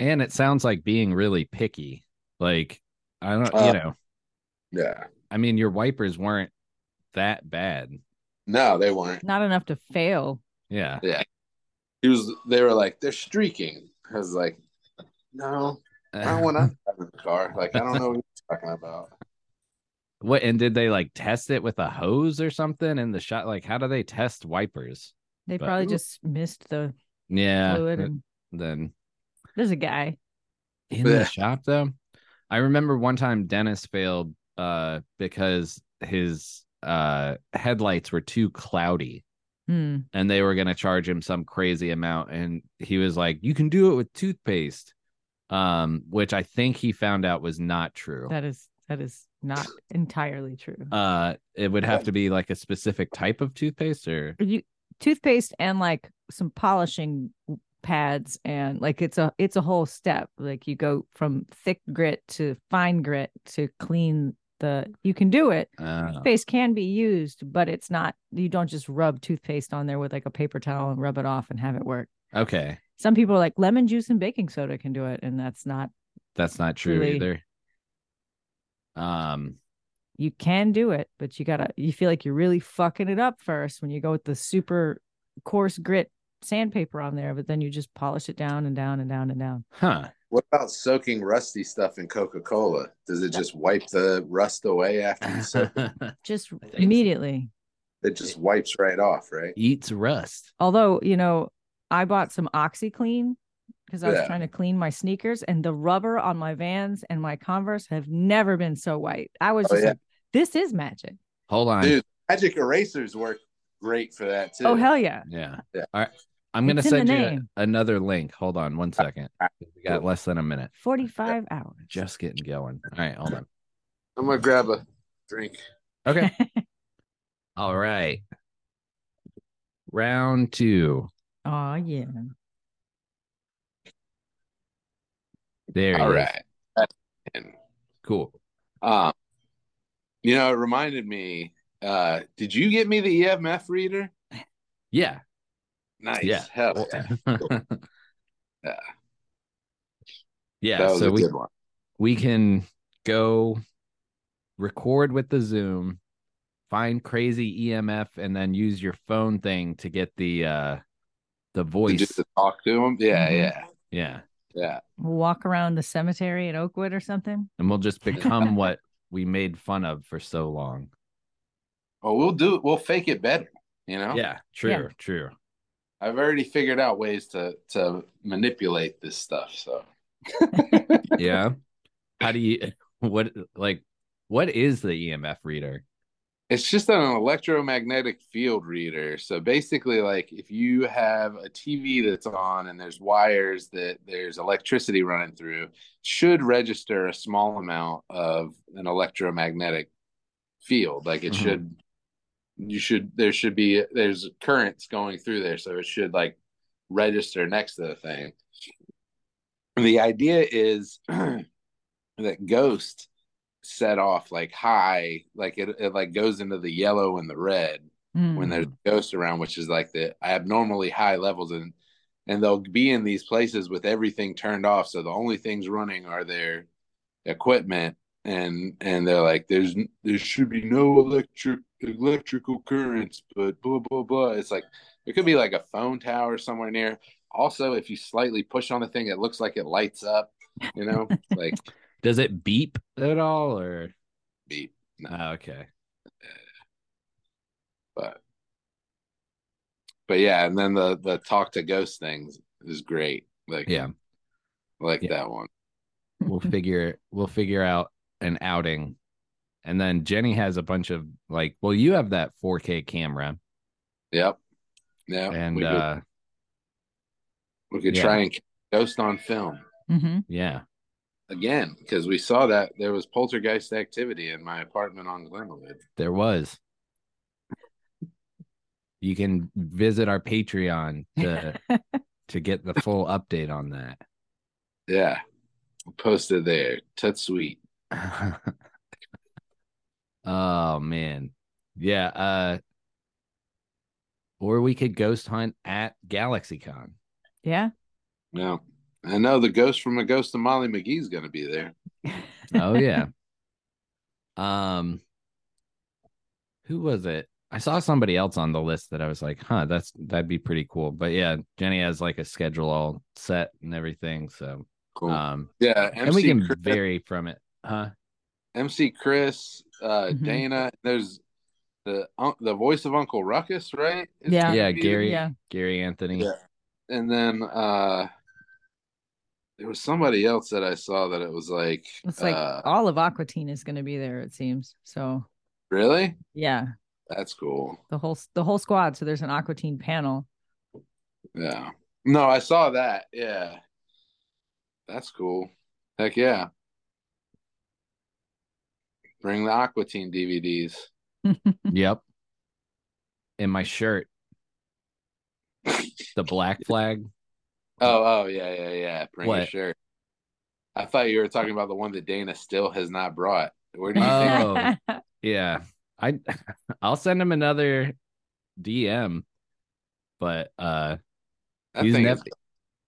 and it sounds like being really picky. Like I don't you
Uh,
know,
Yeah.
I mean your wipers weren't that bad.
No, they weren't.
Not enough to fail.
Yeah.
He was, they were like, they're streaking. I was like, no, not when I'm driving the car. Like, I don't know what you're talking about.
What and did they like test it with a hose or something in the shot? Like, how do they test wipers?
They
But-
probably just missed the
Yeah.
fluid.
th-
And
Then
there's a guy.
in the
Blech.
shop though, I remember one time Dennis failed uh because his uh headlights were too cloudy
Hmm.
and they were gonna charge him some crazy amount and he was like, You can do it with toothpaste. Um, which I think he found out was not true.
That is that is not entirely true.
Uh it would have to be like a specific type of toothpaste or
you toothpaste and like some polishing pads and like it's a it's a whole step like you go from thick grit to fine grit to clean the you can do it
uh,
toothpaste can be used but it's not you don't just rub toothpaste on there with like a paper towel and rub it off and have it work
okay.
some people are like lemon juice and baking soda can do it and that's not
That's not true
Really.
either. Um,
you can do it but you gotta you feel like you're really fucking it up first when you go with the super coarse grit sandpaper on there but then you just polish it down and down and down and down
huh.
What about soaking rusty stuff in Coca Cola? Does it just wipe the rust away after you soak?
just
think so.
immediately
it just wipes right off, right?
Eats rust.
although you know i bought some oxyclean because i was
Yeah.
trying to clean my sneakers and the rubber on my vans and my converse have never been so white i was
Oh,
just
yeah.
like this is magic
Hold on.
Dude, Magic erasers work great for that too.
oh hell yeah
Yeah.
Yeah.
All right. I'm gonna
It's in the
send you a-
name.
another link. Hold on one second. We got less than a minute.
45 hours
Just getting going. All right, hold on.
I'm gonna grab a drink.
Okay. All right. Round two.
oh yeah
There
All
it is.
right. And,
Cool.
Um, you know, it reminded me. Uh, did you get me the EMF reader?
Yeah.
Nice.
Yeah.
Hell yeah.
yeah.
that
Yeah.
was
So
a
we
good one.
we can go record with the zoom find crazy emf and then use your phone thing to get the uh the
Did
voice
you just talk to him? Yeah,
Mm-hmm.
Mhm.
yeah,
yeah
yeah.
We'll walk around the cemetery at oakwood or something
and we'll just become what we made fun of for so long
Oh, we'll do it. We'll fake it better. You know,
Yeah, true,
Yeah.
true.
I've already figured out ways to to manipulate this stuff. So
Yeah. How do you what like what is the EMF reader?
it's just an electromagnetic field reader. So basically, like if you have a TV that's on and there's wires that there's electricity running through, it should register a small amount of an electromagnetic field. Like it
Mhm.
should, you should there should be there's currents going through there, so it should like register next to the thing. The idea is that ghost set off like high, like it, it like goes into the yellow and the red when
Mm.
there's ghosts around, which is like the abnormally high levels and and they'll be in these places with everything turned off. So the only things running are their equipment and and they're like there's n- there should be no electric electrical currents but blah blah blah it's like it could be like a phone tower somewhere near also if you slightly push on the thing it looks like it lights up you know like
Does it beep at all or
beep
oh, okay.
but but yeah and then the the talk to ghost things is great like
Yeah.
I like
Yeah.
that one
We'll figure we'll figure out an outing. And then Jenny has a bunch of like well, you have that 4K camera
yep yeah
and
we could,
uh
we could
yeah.
try and catch ghost on film
Mhm.
yeah.
again because we saw that there was poltergeist activity in my apartment on glenwood
There was. You can visit our Patreon to to get the full update on
yeah posted there tut sweet
that. oh man. Yeah, uh or we could ghost hunt at GalaxyCon.
yeah.
no i know the ghost from the ghost of molly mcgee's gonna be there
Oh yeah. um who was it? I saw somebody else on the list that I was like, huh, that's that'd be pretty cool. But yeah, Jenny has like a schedule all set and everything. So
cool
um
yeah
and we
MC
can
Chris-
vary from it huh
MC Chris, uh,
Mhm.
Dana. There's the un- the voice of Uncle Ruckus, right?
Yeah.
yeah,
gonna be-
gary
Yeah.
gary anthony
Yeah. And then uh, there was somebody else that I saw that it was like,
It's like
uh,
all of Aquatine is going to be there, it seems. So
really?
yeah,
That's cool.
the whole the whole squad. So there's an Aquatine panel.
Yeah. No, I saw that. Yeah. That's cool. Heck yeah. Bring the Aqua Teen DVDs.
yep in my shirt the black flag
Oh, oh, yeah, yeah, yeah. Bring your
What?
shirt. I thought you were talking about the one that Dana still has not brought. Where do you think?
Oh. yeah i i'll send him another dm but uh
That
He's
thing
nev-
is-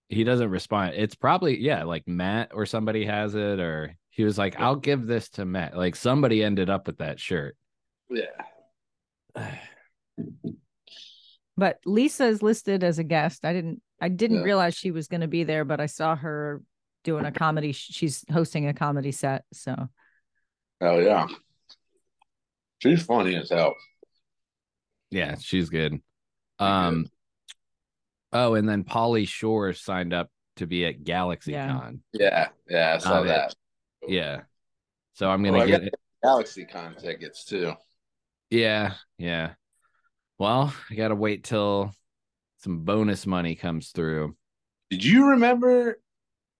he doesn't respond it's probably yeah like matt or somebody has it or he was like i'll give this to matt like somebody ended up with that shirt
yeah.
but Lisa is listed as a guest. I didn't I didn't
Yeah.
realize she was going to be there, but I saw her doing a comedy. sh- She's hosting a comedy set. So
Oh yeah. She's funny as hell.
Yeah, she's good.
good.
Um Oh, and then Polly Shore signed up to be at GalaxyCon. Yeah.
Yeah, yeah, I saw
Love it.
that.
So I'm gonna
Well, Oh, I
get
got-
it.
Galaxy Con tickets too.
Yeah, yeah. Well, I gotta wait till some bonus money comes through.
Did you remember?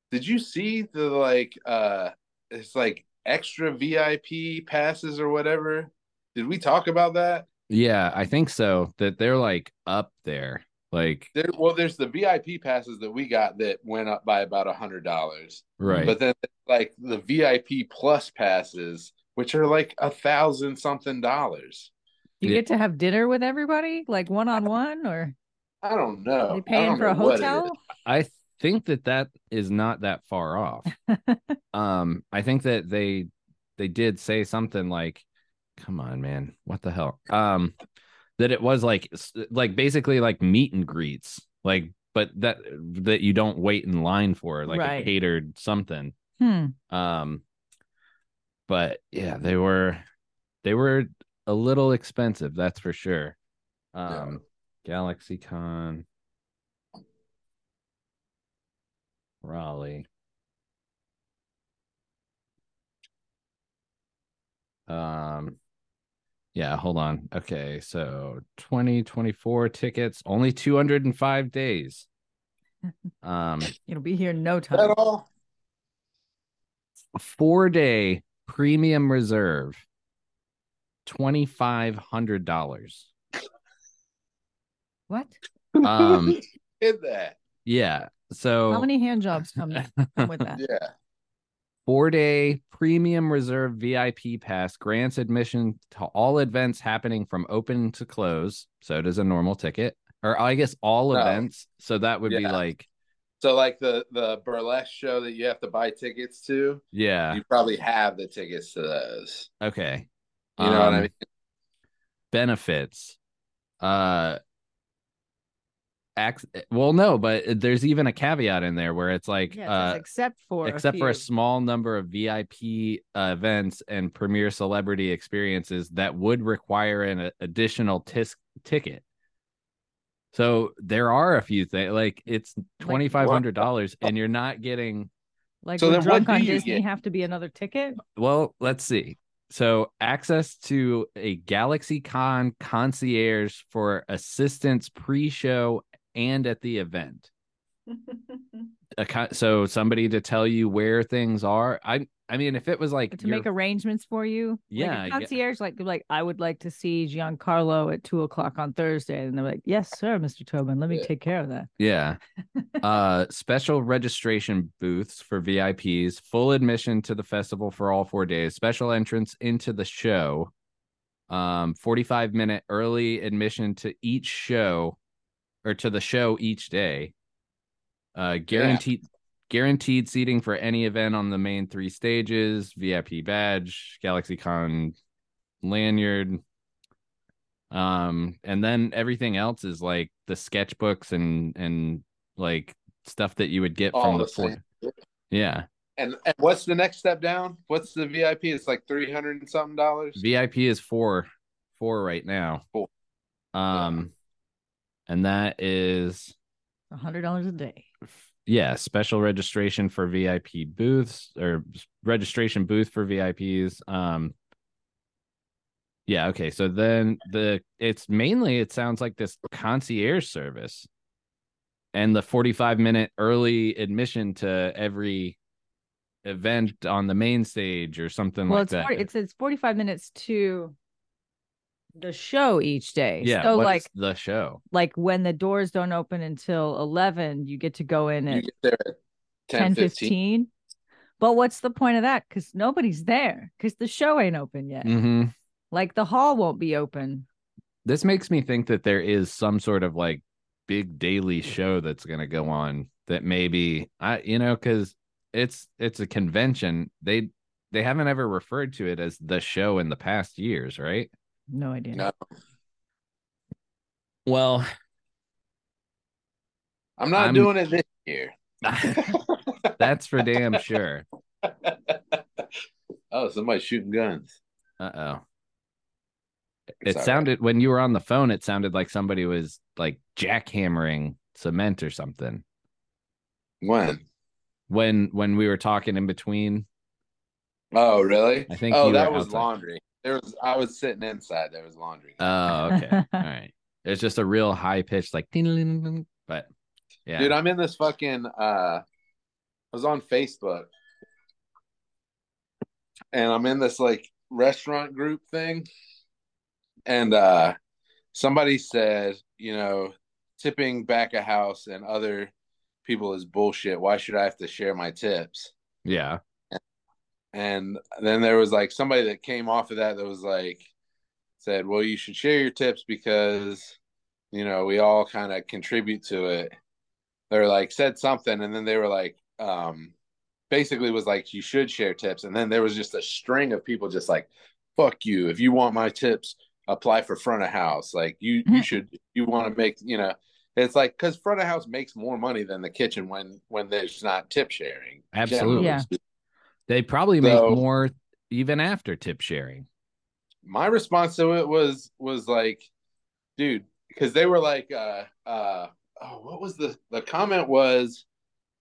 Did you see the like uh it's like extra VIP passes or whatever? Did we talk about that?
Yeah, I think so. That they're like up there. Like
There, well, there's the VIP passes that we got that went up by about a hundred dollars.
right.
But then like the VIP plus passes, which are like a thousand something dollars.
you
Yeah.
get to have dinner with everybody, like one on one, or
I don't know.
are they
I
paying
don't
for a
know what it is.
hotel?
I think that that is not that far off. um, I think that they they did say something like, "Come on, man, what the hell?" Um, that it was like s- like basically like meet and greets, like but that that you don't wait in line for, like
Right.
a catered something.
Hmm.
Um, but yeah, they were they were a little expensive, that's for sure. Um, Galaxy Con, Raleigh. Um, yeah, hold on. Okay, so 2024 tickets, only 205 days. Um,
It'll be here in no
Is that
time.
all?
a four day premium reserve, $2,500.
What?
Um,
Did that?
yeah, so
How many hand jobs come, come with that?
Oh. Yeah.
Four day premium reserve VIP pass grants admission to all events happening from open to close. So does a normal ticket, or I guess all
Oh.
events. So that would be
Yeah.
like,
So like the the burlesque show that you have to buy tickets to,
yeah,
you probably have the tickets to those.
okay.
You know what I
Um,
mean?
Benefits. Uh, ac- well, no, but there's even a caveat in there where it's like,
Yeah, it
uh,
says except for
except for a
few.
small number of VIP uh, events and premier celebrity experiences that would require an a- additional tisk ticket. So there are a few things like it's twenty five hundred dollars, and you're not getting.
like
So
would
then what
drunk
do
on
you
Disney
get?
have to be another ticket.
Well, let's see. So access to a Galaxy Con concierge for assistance pre-show and at the event. A con- so somebody to tell you where things are. I I mean, if it was like
to
your-
make arrangements for you.
Yeah,
like a
yeah.
concierge, like like I would like to see Giancarlo at two o'clock on Thursday, and they're like, "Yes, sir, Mr. Tobin, let me
Yeah.
take care of that."
Yeah. uh special registration booths for VIPs, full admission to the festival for all 4 days, special entrance into the show. Um 45 minute early admission to each show or to the show each day. Uh guaranteed guaranteed seating for any event on the main 3 stages, VIP badge, GalaxyCon lanyard, um and then everything else is like the sketchbooks and and like stuff that you would get
All
from the
the
four
same.
yeah
And, and what's the next step down? What's the VIP? It's like three hundred and something dollars.
vip is four four right now
Four.
um and that is
A hundred dollars a day.
yeah special registration for vip booths or registration booth for vips um yeah okay so then the it's mainly it sounds like this concierge service and the 45 minute early admission to every event on the main stage or something
well,
like
it's
that
40, it says forty five minutes to the show each day.
yeah
so
what's
like
the show
like when the doors don't open until eleven, you get to go in
You
at
get there at 10,
10,
15.
15. But what's the point of that? Because nobody's there. Because the show ain't open yet.
hmm
Like the hall won't be open.
this makes me think that there is some sort of like big daily show that's going to go on that maybe i you know because it's it's a convention they they haven't ever referred to it as the show in the past years right
No idea.
No.
well
I'm not
I'm-
doing it this year.
that's for damn sure
oh, somebody shooting guns.
uh-oh it
all right.
sounded when you were on the phone it sounded like somebody was like jackhammering cement or something
When?
when when we were talking in between
Oh, really?
I think
Oh,
you
that
were
was
outside.
laundry. There was. I was sitting inside. There was laundry.
Oh, okay. All right. It's just a real high pitched like ding-a-ling-a-ling, but yeah.
Dude, I'm in this fucking uh I was on Facebook and I'm in this like restaurant group thing and uh somebody said, you know, tipping back a house and other people is bullshit. Why should I have to share my tips?
yeah.
And then there was like somebody that came off of that that was like said, "Well, you should share your tips because you know we all kind of contribute to it." They're like said something, and then they were like, um, basically was like, "You should share tips." And then there was just a string of people just like, "Fuck you! If you want my tips, apply for front of house. Like you, you should. You want to make you know." It's like because front of house makes more money than the kitchen when when there's not tip sharing.
Absolutely.
Yeah.
They probably make
So-
more even after tip sharing.
my response to it was was like dude because they were like, uh, uh, oh, what was the the comment was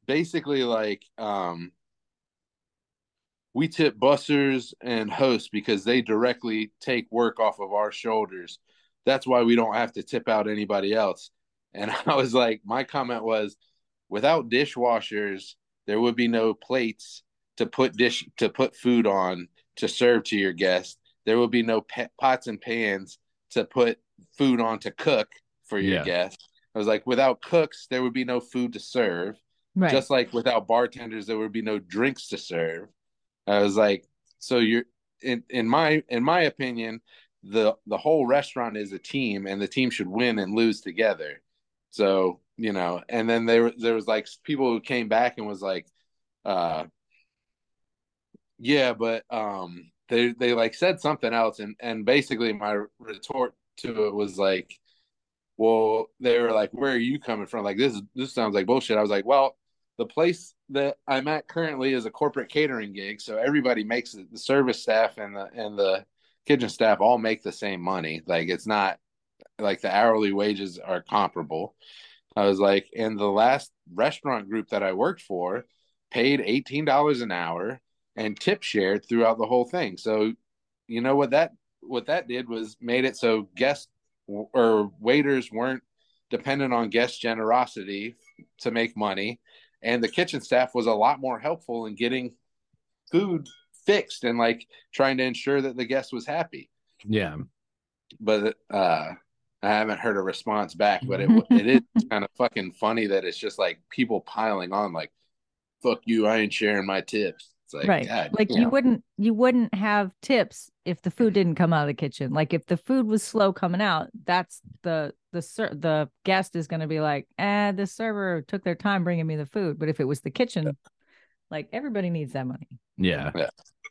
basically like, um, we tip bussers and hosts because they directly take work off of our shoulders. That's why we don't have to tip out anybody else. And I was like, my comment was, without dishwashers, there would be no plates to put dish to put food on to serve to your guests. There would be no pe- pots and pans to put food on to cook for your
Yeah.
guests. I was like, without cooks, there would be no food to serve.
Right.
Just like without bartenders, there would be no drinks to serve. I was like, so you're in, in my in my opinion, the the whole restaurant is a team, and the team should win and lose together. So you know, and then there were- there was like people who came back and was like, uh, yeah, but um, they they like said something else, and and basically my retort to it was like, well, they were like, where are you coming from? Like this this sounds like bullshit. I was like, well, the place that I'm at currently is a corporate catering gig, so everybody makes it, the service staff and the and the kitchen staff all make the same money. Like it's not like the hourly wages are comparable. I was like, and the last restaurant group that I worked for paid eighteen dollars an hour and tip shared throughout the whole thing. So, you know what that what that did was made it so guests w- or waiters weren't dependent on guest generosity to make money, and the kitchen staff was a lot more helpful in getting food fixed and like trying to ensure that the guest was happy
Yeah.
but uh I haven't heard a response back, but it it is kind of fucking funny that it's just like people piling on like fuck you, I ain't sharing my tips. It's like
right.
God,
like you
damn.
wouldn't you wouldn't have tips if the food didn't come out of the kitchen. Like if the food was slow coming out, that's the the ser- the guest is going to be like, "Eh, the server took their time bringing me the food." But if it was the kitchen, like everybody needs that money.
Yeah.
Yeah.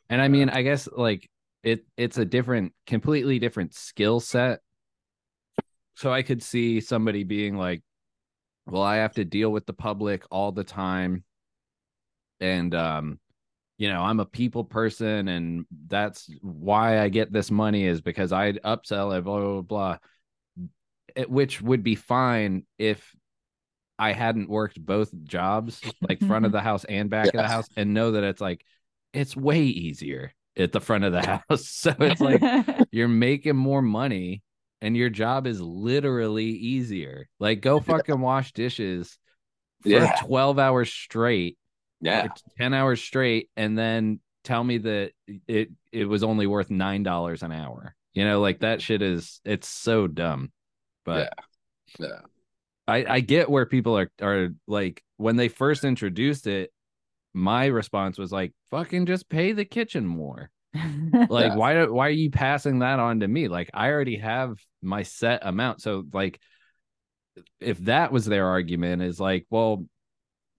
And I mean, I guess like it it's a different, completely different skill set. So I could see somebody being like, Well, I have to deal with the public all the time. And um, you know, I'm a people person, and that's why I get this money is because I upsell it, blah, blah, blah, blah. It- Which would be fine if I hadn't worked both jobs, like front of the house and back of the
Yeah.
house, and know that it's like it's way easier at the front of the house. So it's like you're making more money and your job is literally easier. Like go fucking wash dishes for
Yeah.
12 hours straight
yeah,
for 10 hours straight and then tell me that it it was only worth nine dollars an hour you know like that shit is it's so dumb but
Yeah. Yeah.
i i get where people are are like when they first introduced it my response was like fucking just pay the kitchen more like
Yeah.
why do why are you passing that on to me like i already have my set amount so like if that was their argument is like well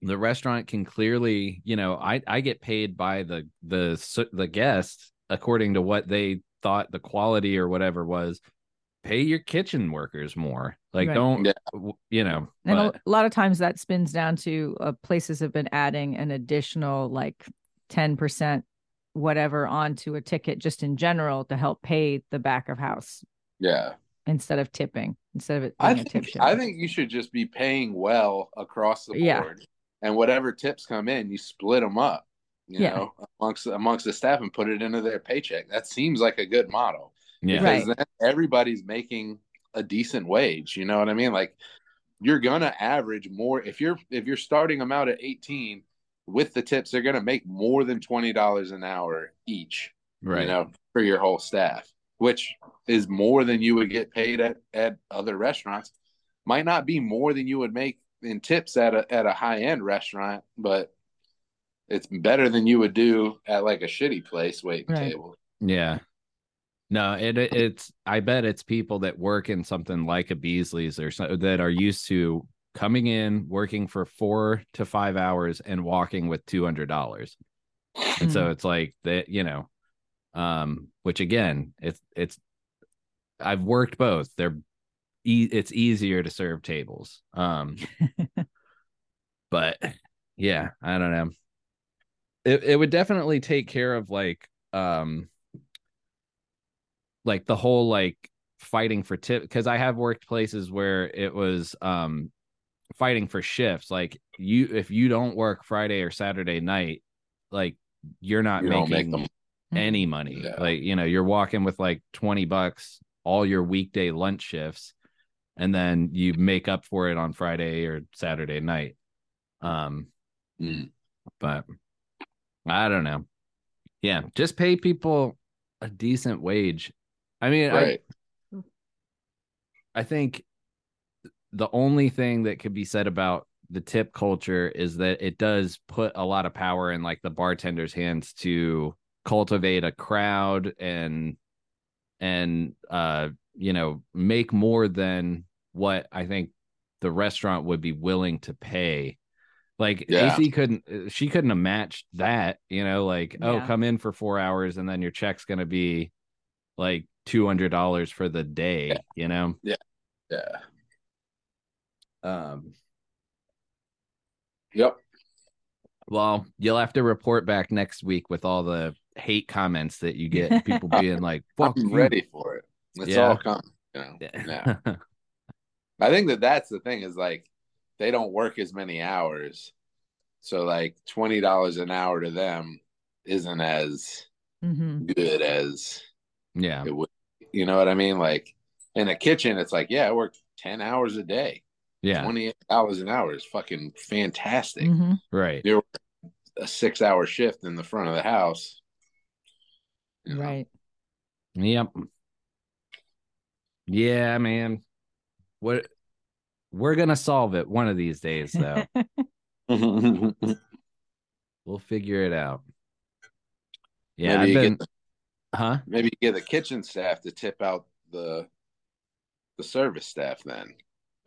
the restaurant can clearly you know i i get paid by the the s- the guest according to what they thought the quality or whatever was pay your kitchen workers more like
Right.
don't
Yeah.
w- you know
And
but-
a a lot of times that spins down to uh, places have been adding an additional like 10% whatever onto a ticket just in general to help pay the back of house
yeah.
instead of tipping, instead of it
I
being a tip
think
share.
I think you should just be paying well across the board,
Yeah.
and whatever tips come in, you split them up, you
Yeah.
know, amongst amongst the staff and put it into their paycheck. That seems like a good model.
yeah
Right.
because then everybody's making a decent wage you know what i mean like you're gonna average more if you're if you're starting them out at 18 with the tips they're gonna make more than $20 an hour each
right
you know for your whole staff which is more than you would get paid at at other restaurants might not be more than you would make in tips at a at a high end restaurant but it's better than you would do at like a shitty place waiting
Right.
table
Yeah. No, it it- it's I bet it's people that work in something like a Beasley's or so, that are used to coming in, working for 4 to 5 hours and walking with $200. And so it's like that, you know, um which again, it's it's I've worked both. They're e- it's easier to serve tables. Um but yeah, I don't know. It it would definitely take care of like um like the whole like fighting for tip because I have worked places where it was um fighting for shifts. Like you if you don't work Friday or Saturday night, like you're not
You don't make
making
them.
any money.
Yeah.
Like, you know, you're walking with like 20 bucks all your weekday lunch shifts and then you make up for it on Friday or Saturday night. Um
Mm.
but I don't know. Yeah, just pay people a decent wage. I mean,
Right.
I, I think the only thing that could be said about the tip culture is that it does put a lot of power in like the bartender's hands to cultivate a crowd and and uh you know make more than what I think the restaurant would be willing to pay. Like
Yeah.
AC couldn't uh, she couldn't have matched that, you know, like, oh,
Yeah.
come in for four hours and then your check's gonna be like two hundred dollars for the day,
Yeah.
you know?
Yeah.
Um
Yep.
well, you'll have to report back next week with all the hate comments that you get. People being like, fuck
I'm
you.
ready for it. It's
Yeah.
all come. You know.
Yeah.
I think that that's the thing is like they don't work as many hours, so like twenty dollars an hour to them isn't as
hmm
good as
yeah.
you know what I mean. Like in a kitchen, it's like yeah, I work ten hours a day,
Yeah. Mm.
twenty dollars an hour is fucking fantastic.
hmm
Right.
A six hour shift in the front of the house, you know.
Right.
Yep. Yeah, man. What we're gonna solve it one of these days, though. we'll figure it out. Yeah,
Maybe you
I've
get
been, huh?
Maybe you get the kitchen staff to tip out the the service staff then.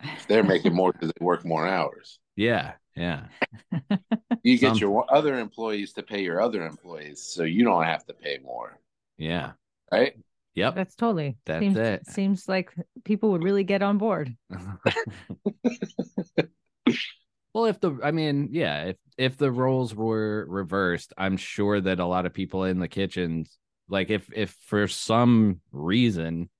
If they're making more because they work more hours.
Yeah, yeah,
You get
Some-
your other employees to pay your other employees so you don't have to pay more,
yeah.
right?
Yep.
That's totally.
That's
seems,
it.
Seems like people would really get on board.
well, if the, I mean, yeah, if if the roles were reversed, I'm sure that a lot of people in the kitchens, like, if if for some reason,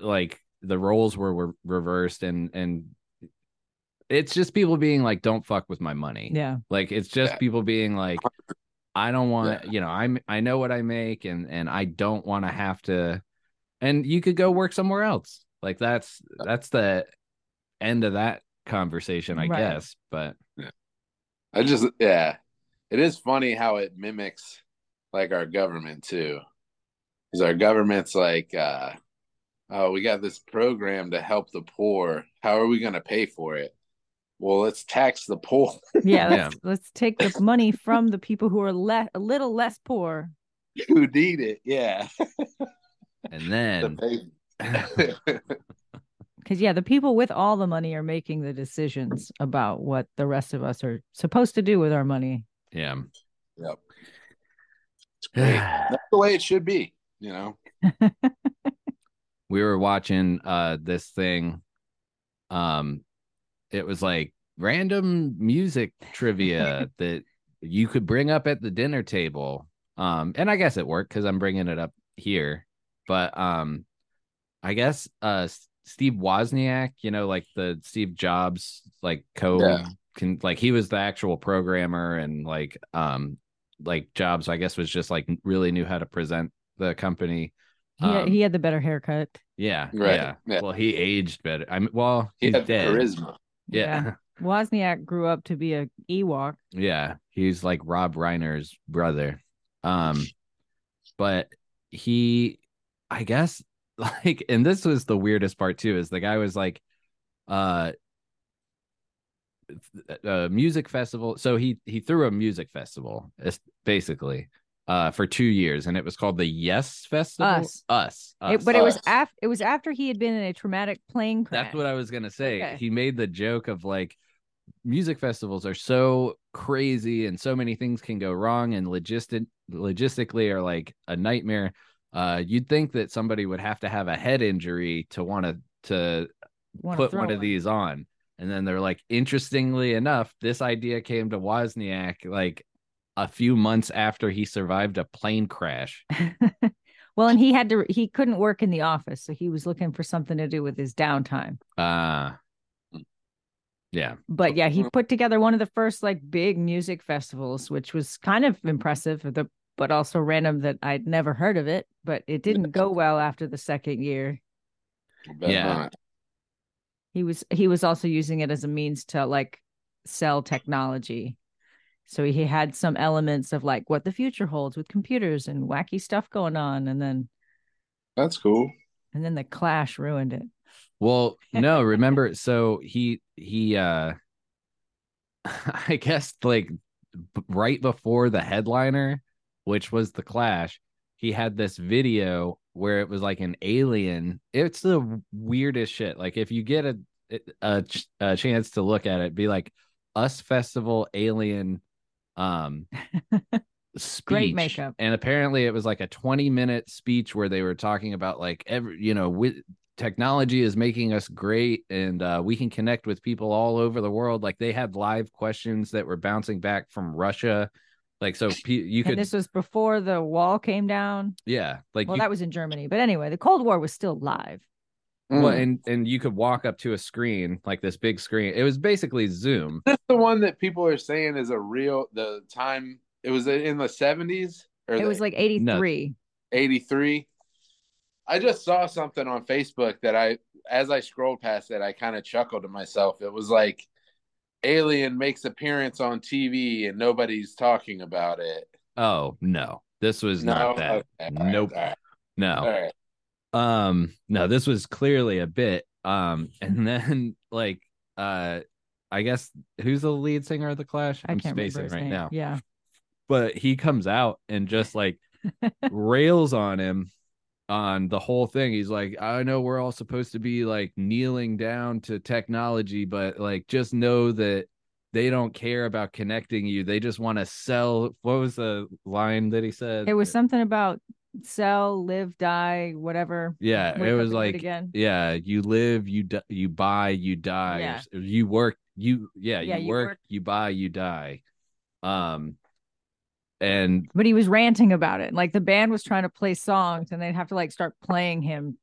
like the roles were, were reversed and and it's just people being like, don't fuck with my money.
Yeah.
Like it's just
Yeah.
people being like, I don't want to, you know, I'm I know what I make and and I don't want to have to and you could go work somewhere else. Like that's that's the end of that conversation, I
Right.
guess. But
I just yeah. It is funny how it mimics like our government too. Because our government's like uh oh we got this program to help the poor. How are we gonna pay for it? Well let's tax the poor.
Yeah.
Yeah. Let's, let's take the money from the people who are le- a little less poor.
who need it. Yeah.
and then
The pay-
Because, yeah, the people with all the money are making the decisions about what the rest of us are supposed to do with our money.
yeah.
yep. It's great. That's the way it should be, you know?
we were watching uh this thing um it was like random music trivia that you could bring up at the dinner table um and i guess it worked because i'm bringing it up here but um i guess uh S- steve wozniak you know like the steve jobs like co
Yeah.
can like he was the actual programmer and like um like jobs i guess was just like really knew how to present the company
He,
Um,
he had the better haircut.
yeah,
Right,
yeah.
yeah.
Well, he aged better. I mean, well,
He
he's
had
dead.
charisma.
Yeah,
Wozniak grew up to be a Ewok.
yeah, He's like Rob Reiner's brother. Um, but he, I guess, like, and this was the weirdest part too. Is the guy was like, uh, a music festival. So he he threw a music festival, es- basically. Uh, for two years, and it was called the Yes Festival.
Us.
us,
It,
Us.
but it was
Us.
af- it was after he had been in a traumatic plane crash.
Uh, That's what I was gonna say.
Okay.
He made the joke of like music festivals are so crazy and so many things can go wrong and logistic logistically are like a nightmare. Uh you'd think that somebody would have to have a head injury to want to to
Wanna
put
throw
one of these on. And then they're like, interestingly enough, this idea came to Wozniak like a few months after he survived a plane crash.
Well, and he had to he couldn't work in the office, so he was looking for something to do with his downtime.
Uh yeah.
But yeah, he
Mm-hmm.
put together one of the first like big music festivals, which was kind of impressive, the but also random that I'd never heard of it, but it didn't go well after the second year.
I bet
Yeah.
not.
He was he was also using it as a means to like sell technology. So he had some elements of like what the future holds with computers and wacky stuff going on and then
That's cool.
and then the clash ruined it.
Well, no, remember so he he uh I guess like b- right before the headliner, which was the Clash, he had this video where it was like an alien. It's the weirdest shit. Like if you get a a, ch- a chance to look at it, be like us festival alien um
Great
speech.
makeup.
And apparently it was like a 20 minute speech where they were talking about like every you know with technology is making us great and uh, we can connect with people all over the world like they had live questions that were bouncing back from russia like so pe- you could
and this was before the wall came down.
yeah like
well,
you,
that was in Germany. But anyway, the Cold War was still live.
well,
Mm.
and and you could walk up to a screen like this big screen it was basically zoom
That's the one that people are saying is a real the time it was in the 70s or
It was like 83.
83 i just saw something on facebook that i as i scrolled past it i kind of chuckled to myself it was like alien makes appearance on tv and nobody's talking about it
oh no this was not that
Okay,
Nope.
all right,
no
all right.
um no this was clearly a bit um and then like uh i guess who's the lead singer of the clash
I can't remember his
right
name.
now
Yeah.
but he comes out and just like rails on him on the whole thing. He's like, I know we're all supposed to be like kneeling down to technology, but like just know that they don't care about connecting you. They just want to sell. What was the line that he said?
It was something about sell, live, die, whatever.
Yeah,
Wake
it
up
was
and do
like
again.
yeah, you live, you di- you buy, you die.
Yeah.
Or You work, you yeah,
Yeah,
you,
you
work,
work.
you buy, you die. Um and
But he was ranting about it. Like the band was trying to play songs and they'd have to like start playing him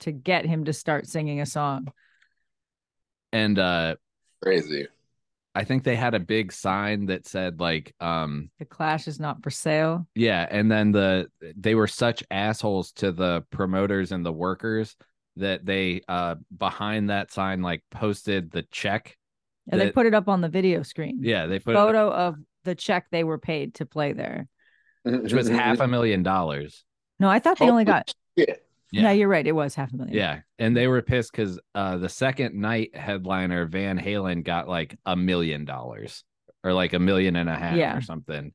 to get him to start singing a song.
and uh
crazy
I think they had a big sign that said like um
The Clash is not for sale.
yeah and then the they were such assholes to the promoters and the workers that they uh behind that sign like posted the check
And they
That-
put it up on the video screen.
yeah they put
Photo of the check they were paid to play there.
which was half a million dollars
No, I thought they
Holy
only got.
shit.
Yeah.
Yeah, you're right. It was half a million.
yeah and they were pissed cuz uh the second night headliner Van Halen got like a million dollars or like a million and a half
Yeah.
or something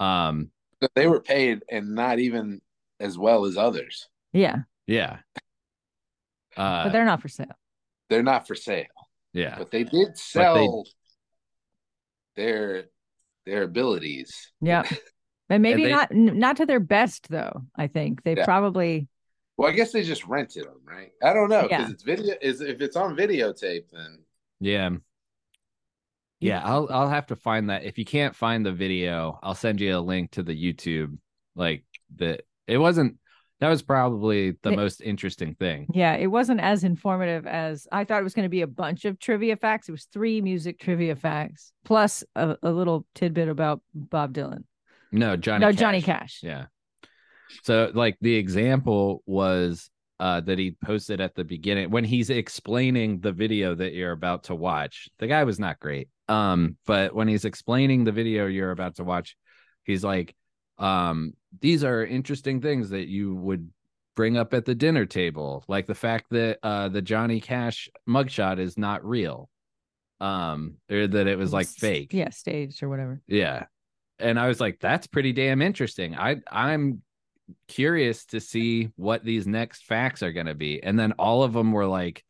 um
they were paid and not even as well as others
Yeah.
yeah
But
uh
they're not for sale.
they're not for sale
yeah
but they did sell their their abilities
Yeah. And maybe
they-
not n- not to their best though. I think they
Yeah.
probably
Well, I guess they just rented them, right? I don't know because
Yeah.
it's video. Is if it's on videotape, then
Yeah. Yeah, I'll I'll have to find that. If you can't find the video, I'll send you a link to the YouTube. Like the it wasn't that was probably the
They-
most interesting thing.
yeah, it wasn't as informative as I thought it was going to be. A bunch of trivia facts. It was three music trivia facts plus a, a little tidbit about Bob Dylan.
No, Johnny
no,
Cash.
Johnny Cash.
Yeah. So like the example was uh that he posted at the beginning when he's explaining the video that you're about to watch. The guy was not great. Um but when he's explaining the video you're about to watch, he's like um these are interesting things that you would bring up at the dinner table, like the fact that uh the Johnny Cash mugshot is not real. Um or that it was like
S-
fake.
Yeah, staged or whatever.
Yeah. And I was like, that's pretty damn interesting. I I'm curious to see what these next facts are gonna be. And then all of them were like,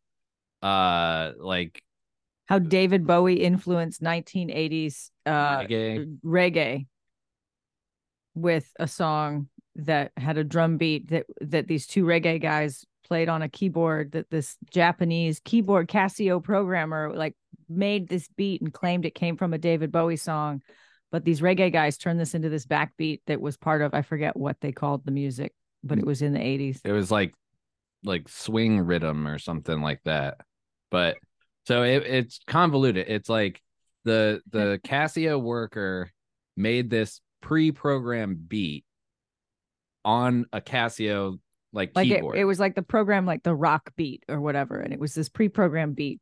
uh like
How David Bowie influenced 1980s uh,
reggae.
reggae with a song that had a drum beat that that these two reggae guys played on a keyboard that this Japanese keyboard Casio programmer like made this beat and claimed it came from a David Bowie song but these reggae guys turned this into this backbeat that was part of I forget what they called the music but it was in the 80s.
it was like like swing rhythm or something like that but so it, it's convoluted it's like the
Mm.
the casio worker made this pre-programmed beat on a casio like,
Like it,
keyboard
it was like the program, like the rock beat or whatever. And it was this pre programmed beat.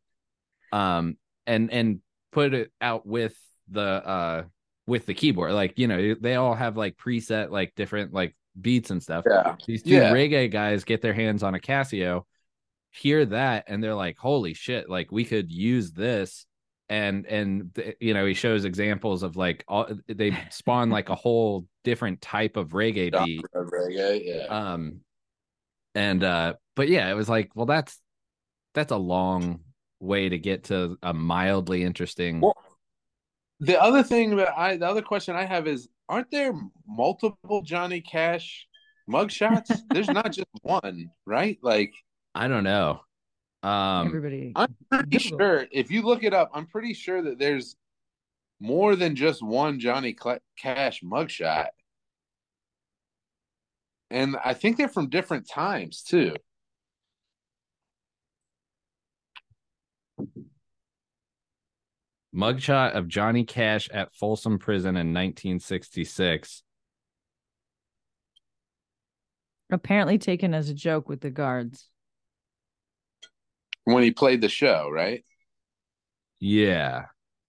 um and and put it out with the uh with the keyboard like you know they all have like preset like different like beats and stuff
Yeah.
these two
Yeah.
reggae guys get their hands on a casio hear that and they're like holy shit like we could use this and and th- you know he shows examples of like all they spawn like a whole different type of reggae
Oh,
beat
Reggae, yeah.
um and uh but yeah it was like well that's that's a long way to get to a mildly interesting
Well, The other thing that I, the other question I have is, aren't there multiple Johnny Cash mugshots? There's not just one, right? Like,
i don't know um
Everybody.
I'm pretty
Google.
sure if you look it up, I'm pretty sure that there's more than just one Johnny Cla Cash mugshot, and I think they're from different times too.
mugshot of johnny cash at folsom prison in 1966
Apparently taken as a joke with the guards.
When he played the show, right?
yeah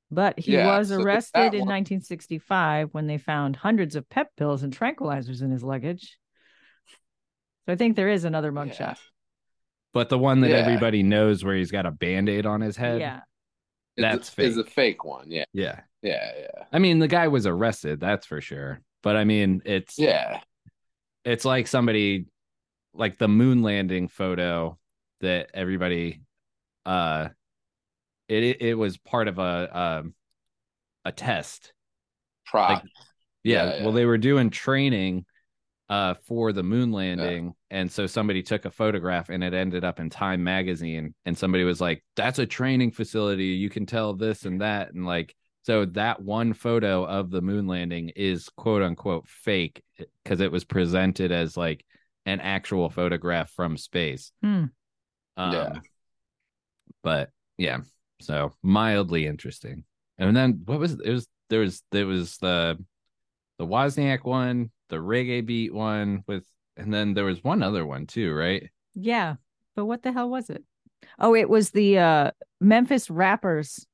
But he
Yeah,
was
so there's
arrested
that
in
one.
1965 when they found hundreds of pep pills and tranquilizers in his luggage. So I think there is another mugshot.
but the one that
Yeah.
everybody knows where he's got a band-aid on his
Yeah.
head
It's
That's
a- is a fake one. Yeah,
yeah
yeah, yeah,
i mean the guy was arrested that's for sure but i mean it's
yeah.
it's like somebody like the moon landing photo that everybody uh it it- it was part of a um a test
Prop.
Like, yeah,
Yeah, yeah.
well they were doing training uh for the moon landing and so somebody took a photograph and it ended up in time magazine and somebody was like that's a training facility you can tell this and that and like so that one photo of the moon landing is quote unquote fake because it was presented as like an actual photograph from space
Hmm.
um,
Yeah.
but yeah so mildly interesting and then what was it was there was there was the the Wozniak one, the reggae beat one with and then there was one other one too, right?
Yeah. But what the hell was it? Oh, it was the uh, Memphis rappers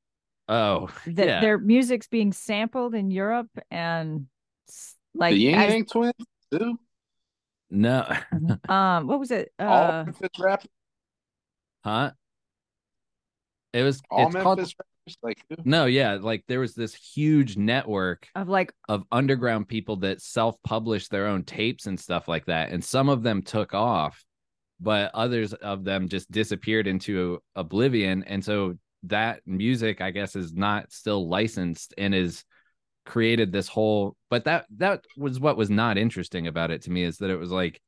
Oh,
that
Yeah.
their music's being sampled in Europe and s- like
the Yin
as-
Yang Twins too.
no.
um what was it?
all
Uh,
Memphis rappers,
huh? It was
all
it's
Memphis
called-
rappers, like who?
No, yeah, like there was this huge network
of like
of underground people that self-published their own tapes and stuff like that and some of them took off but others of them just disappeared into oblivion and so that music i guess is not still licensed and is created this whole but that that was what was not interesting about it to me is that it was like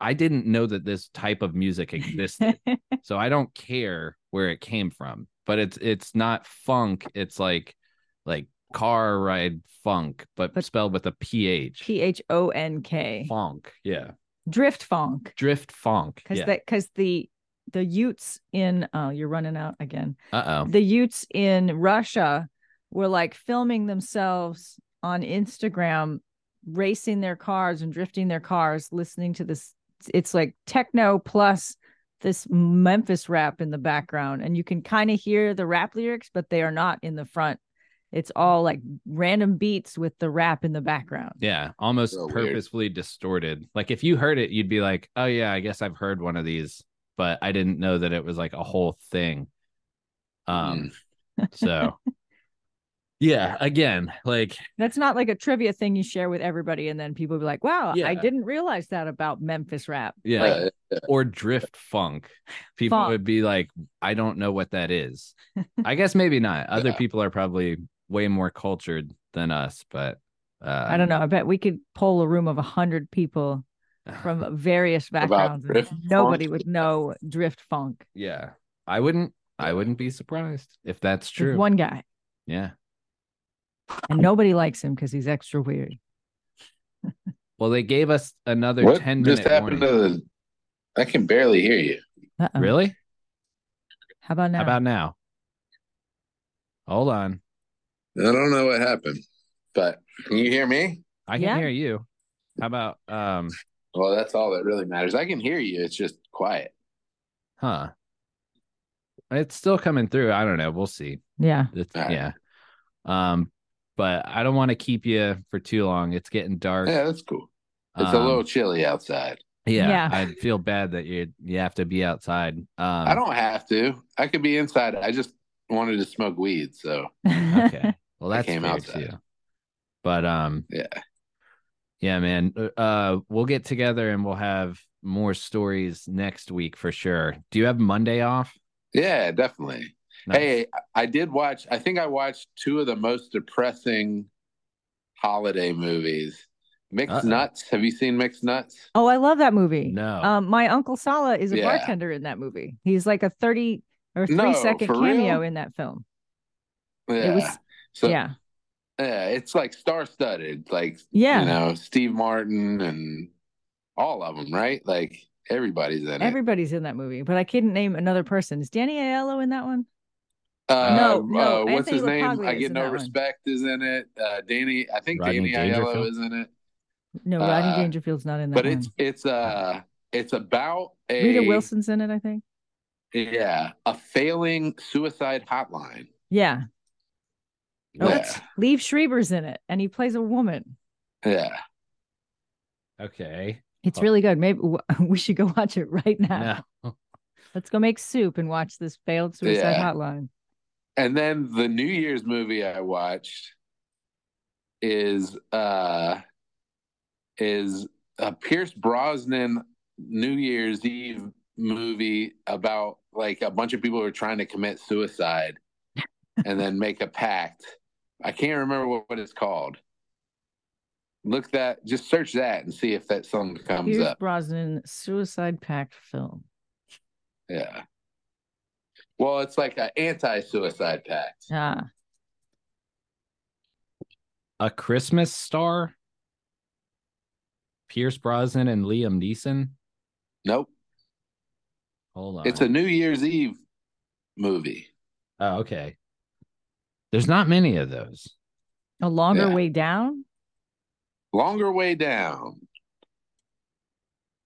i didn't know that this type of music existed so i don't care where it came from but it's it's not funk it's like like car ride funk but,
But-
spelled with a ph
P H O N K
funk yeah
drift funk
drift funk
because
yeah
that because the the Utes in oh you're running out again
uh-oh
the Utes in Russia were like filming themselves on Instagram racing their cars and drifting their cars listening to this it's like techno plus this Memphis rap in the background and you can kind of hear the rap lyrics but they are not in the front it's all like random beats with the rap in the background
yeah almost
So weird.
purposefully distorted like if you heard it you'd be like oh yeah i guess i've heard one of these but i didn't know that it was like a whole thing um
Hmm.
so yeah again like
That's not like a trivia thing you share with everybody, and then people be like, "Wow, I
Yeah.
didn't realize that about Memphis rap."
yeah
Yeah,
or drift funk people
Funk.
would be like i don't know what that is i guess maybe not other
Yeah.
people are probably way more cultured than us but uh
I don't know. I bet we could poll a room of a hundred people from various backgrounds. and
drift
Nobody
funk?
would know drift funk.
yeah i wouldn't i wouldn't be surprised if that's
There's
true
One guy,
yeah
and nobody likes him because he's extra weird.
Well, they gave us another
what
ten
just
minute
happened
warning.
to the? I can barely hear you.
Uh-oh.
Really?
Uh-uh. How about now?
How about now? Hold on.
I don't know what happened, but can you hear me?
I can
Yeah.
hear you. How about um
Well, that's all that really matters. I can hear you. It's just quiet.
huh? It's still coming through. I don't know. We'll see.
yeah.
It's,
All right.
yeah. Um, but I don't want to keep you for too long. It's getting dark.
Yeah, that's cool. It's a
Um,
little chilly outside.
Yeah,
Yeah.
I feel bad that you you have to be outside. Um,
I don't have to. I could be inside. I just wanted to smoke weed, so
Okay. Well,
I
that's
came
fair
outside.
too. But um,
Yeah.
yeah, man. Uh, we'll get together and we'll have more stories next week for sure. Do you have Monday off?
yeah, definitely.
Nice.
Hey, I did watch. I think I watched two of the most depressing holiday movies. Mixed
Uh-oh.
Nuts. Have you seen Mixed Nuts?
Oh, I love that movie.
No.
Um, my uncle Sala is a
Yeah.
bartender in that movie. He's like a thirty or
No,
three second
for
cameo
real?
in that film.
Yeah.
It was
so yeah.
yeah,
it's like star studded. Like
yeah.
you know, Steve Martin and all of them, right? Like everybody's in it.
Everybody's in that movie, but I couldn't name another person. Is Danny Aiello in that one?
Uh,
No, no,
uh, what's
Anthony
his name?
LaPaglia
I
is
get
in
no
that one.
respect is in it. Uh, Danny, I think
Rodney
Danny Aiello
Dangerfield?
is in it.
No, Rodney
Uh,
Dangerfield's not in that
But
one.
it's it's uh it's about a
Rita Wilson's in it, I think.
Yeah, a failing suicide hotline.
Yeah. Oh,
Yeah.
it's Leave Schreiber's in it, and he plays a woman.
Yeah,
okay.
It's
Oh.
really good. Maybe w- we should go watch it right now.
No.
Let's go make soup and watch this failed suicide
Yeah.
hotline.
and then the New Year's movie I watched is uh is a Pierce Brosnan New Year's Eve movie about like a bunch of people who are trying to commit suicide and then make a pact. I can't remember what, what it's called. Look that, just search that and see if that something comes
Pierce
up.
Brosnan suicide pact film.
Yeah. Well, it's like an anti-suicide pact.
Ah,
A Christmas Star. Pierce Brosnan and Liam Neeson.
Nope,
Hold on.
it's a New Year's Eve movie.
Oh, okay. There's not many of those.
a longer
Yeah.
way down.
Longer way down.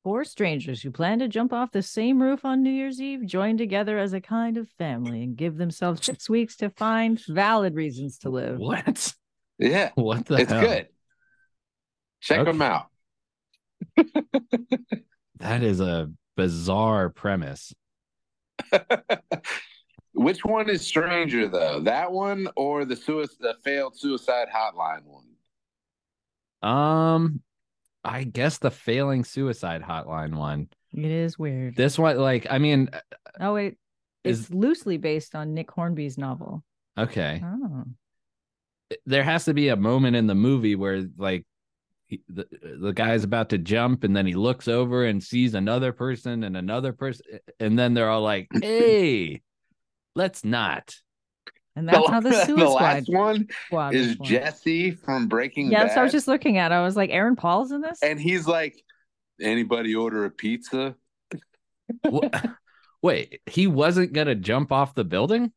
Four strangers who plan to jump off the same roof on New Year's Eve join together as a kind of family and give themselves six weeks to find valid reasons to live.
What?
Yeah,
What the
it's
hell?
good. Check
Okay.
them out.
That is a bizarre premise.
Which one is stranger though? That one or the suicide, the failed suicide hotline one?
Um, I guess the failing suicide hotline one.
It is weird.
This one, like, I mean,
Oh, it
Is-
it's loosely based on Nick Hornby's novel.
okay,
Oh.
there has to be a moment in the movie where like he, the the guy's about to jump, and then he looks over and sees another person and another person, and then they're all like, "Hey, let's not."
And that's how the Suicide
the last one
Squad
is
was formed.
Jesse from Breaking
Yeah,
Bad.
that's what I was just looking at. I was like, Aaron Paul's in this?
and he's like, anybody order a pizza?
Wha- Wait, he wasn't gonna jump off the building?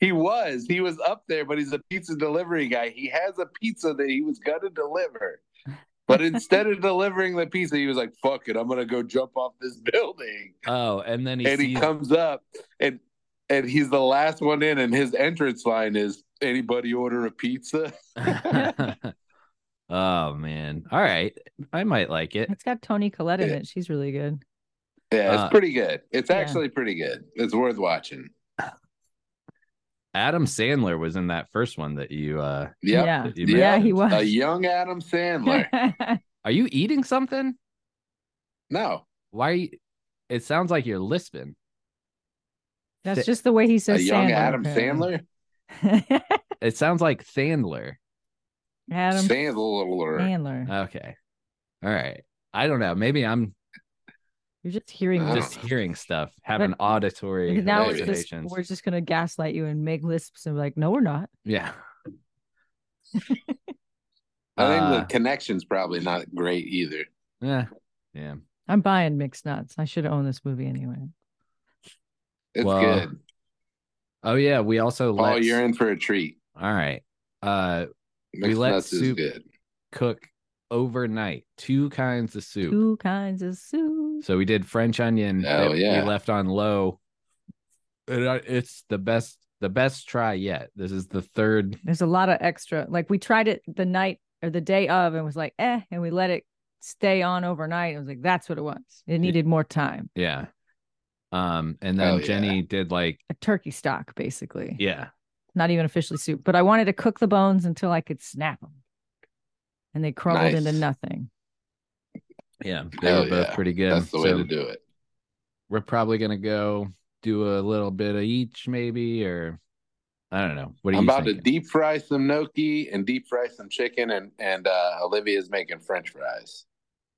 He was. He was up there, but he's a pizza delivery guy. He has a pizza that he was gonna deliver. But instead of delivering the pizza, he was like, fuck it, I'm gonna go jump off this building.
Oh, and then he
and he
sees-
comes up and and he's the last one in, and his entrance line is anybody order a pizza?
oh man. All right. I might like it.
It's got Tony Collette in
Yeah.
it. She's really good.
Yeah, it's
Uh,
pretty good. It's
yeah.
actually pretty good. It's worth watching.
Adam Sandler was in that first one that you uh
Yep.
Yeah.
that you
Yeah,
mentioned.
he was.
A young Adam Sandler.
Are you eating something?
no,
Why are you it sounds like you're lisping.
that's just the way he
a
says
young
Sandler,
Adam
apparently.
Sandler.
It sounds like Sandler.
Adam
Sandler.
Sandler.
Okay. All right. I don't know. Maybe I'm
You're just hearing
I don't
just
this.
know.
hearing stuff, having
But-
auditory
Now we're
Maybe.
just,
hallucinations.
we're just gonna gaslight you and make lisps and be like, no, we're not.
Yeah.
I think
Uh,
the connection's probably not great either.
Yeah. Yeah.
I'm buying mixed nuts. I should own this movie anyway.
It's
Well,
good.
Oh yeah. We also
Paul,
let
you're in for a treat.
all right. Uh
Mixed
let
nuts is
soup-
good.
cook overnight. Two kinds of soup.
Two kinds of soup.
So we did French onion.
Oh,
that
yeah.
We left on low. It, uh, it's the best, the best try yet. This is the third.
There's a lot of extra. Like we tried it the night or the day of and was like, eh, and we let it stay on overnight. It was like, that's what it was. It needed more time.
Yeah. Um, and then
Oh, yeah.
Jenny did like,
A turkey stock, basically.
yeah,
Not even officially soup, but I wanted to cook the bones until I could snap them. And they crumbled into
Nice.
nothing.
yeah, they
Hell
were both
yeah.
pretty good.
That's the way
So
to do it.
We're probably gonna go do a little bit of each, maybe, or I don't know. What are
I'm
you
about to
thinking?
deep fry some gnocchi and deep fry some chicken, and and uh, Olivia's making French fries.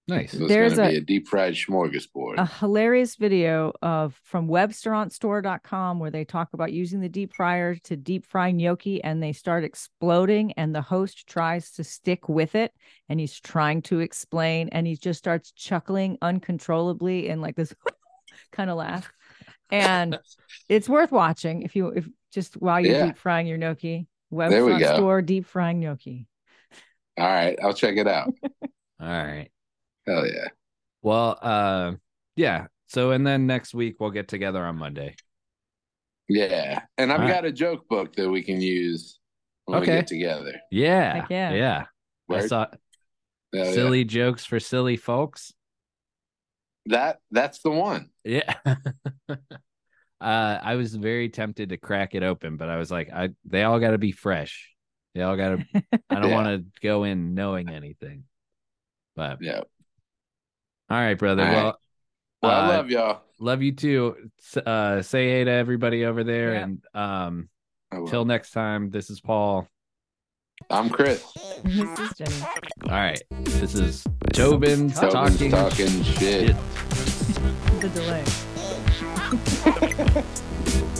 nice.
So it's
There's
going
a- Uh.
to be a deep fried smorgasbord.
A hilarious video of from webstaurantstore.com where they talk about using the deep fryer to deep fry gnocchi and they start exploding and the host tries to stick with it and he's trying to explain and he just starts chuckling uncontrollably and like this kind of laugh. And it's worth watching if you if just while you're
Yeah.
deep frying your gnocchi.
we
Webstaurant
go.
store deep frying gnocchi.
All right, I'll check it out.
All right.
Hell yeah.
Well, uh, yeah. So and then next week we'll get together on Monday.
Yeah. And I've
All right.
got a joke book that we can use when
Okay.
we get together.
Yeah.
Heck yeah.
Yeah. I
Word?
saw
Hell yeah.
silly jokes for silly folks.
That that's the one.
Yeah. uh, I was very tempted to crack it open, but I was like, I they all got to be fresh. They all got to. I don't
Yeah.
want to go in knowing anything. But
Yeah.
all right, brother.
All right.
Well,
Well, I
Uh,
love y'all.
love you too. S- Uh, say hey to everybody over there,
Yeah.
and um,
I will.
till next time. This is Paul.
I'm Chris.
This is Jenny.
All right, this is Tobin
Tobin's
talking.
talking
shit.
shit.
The delay.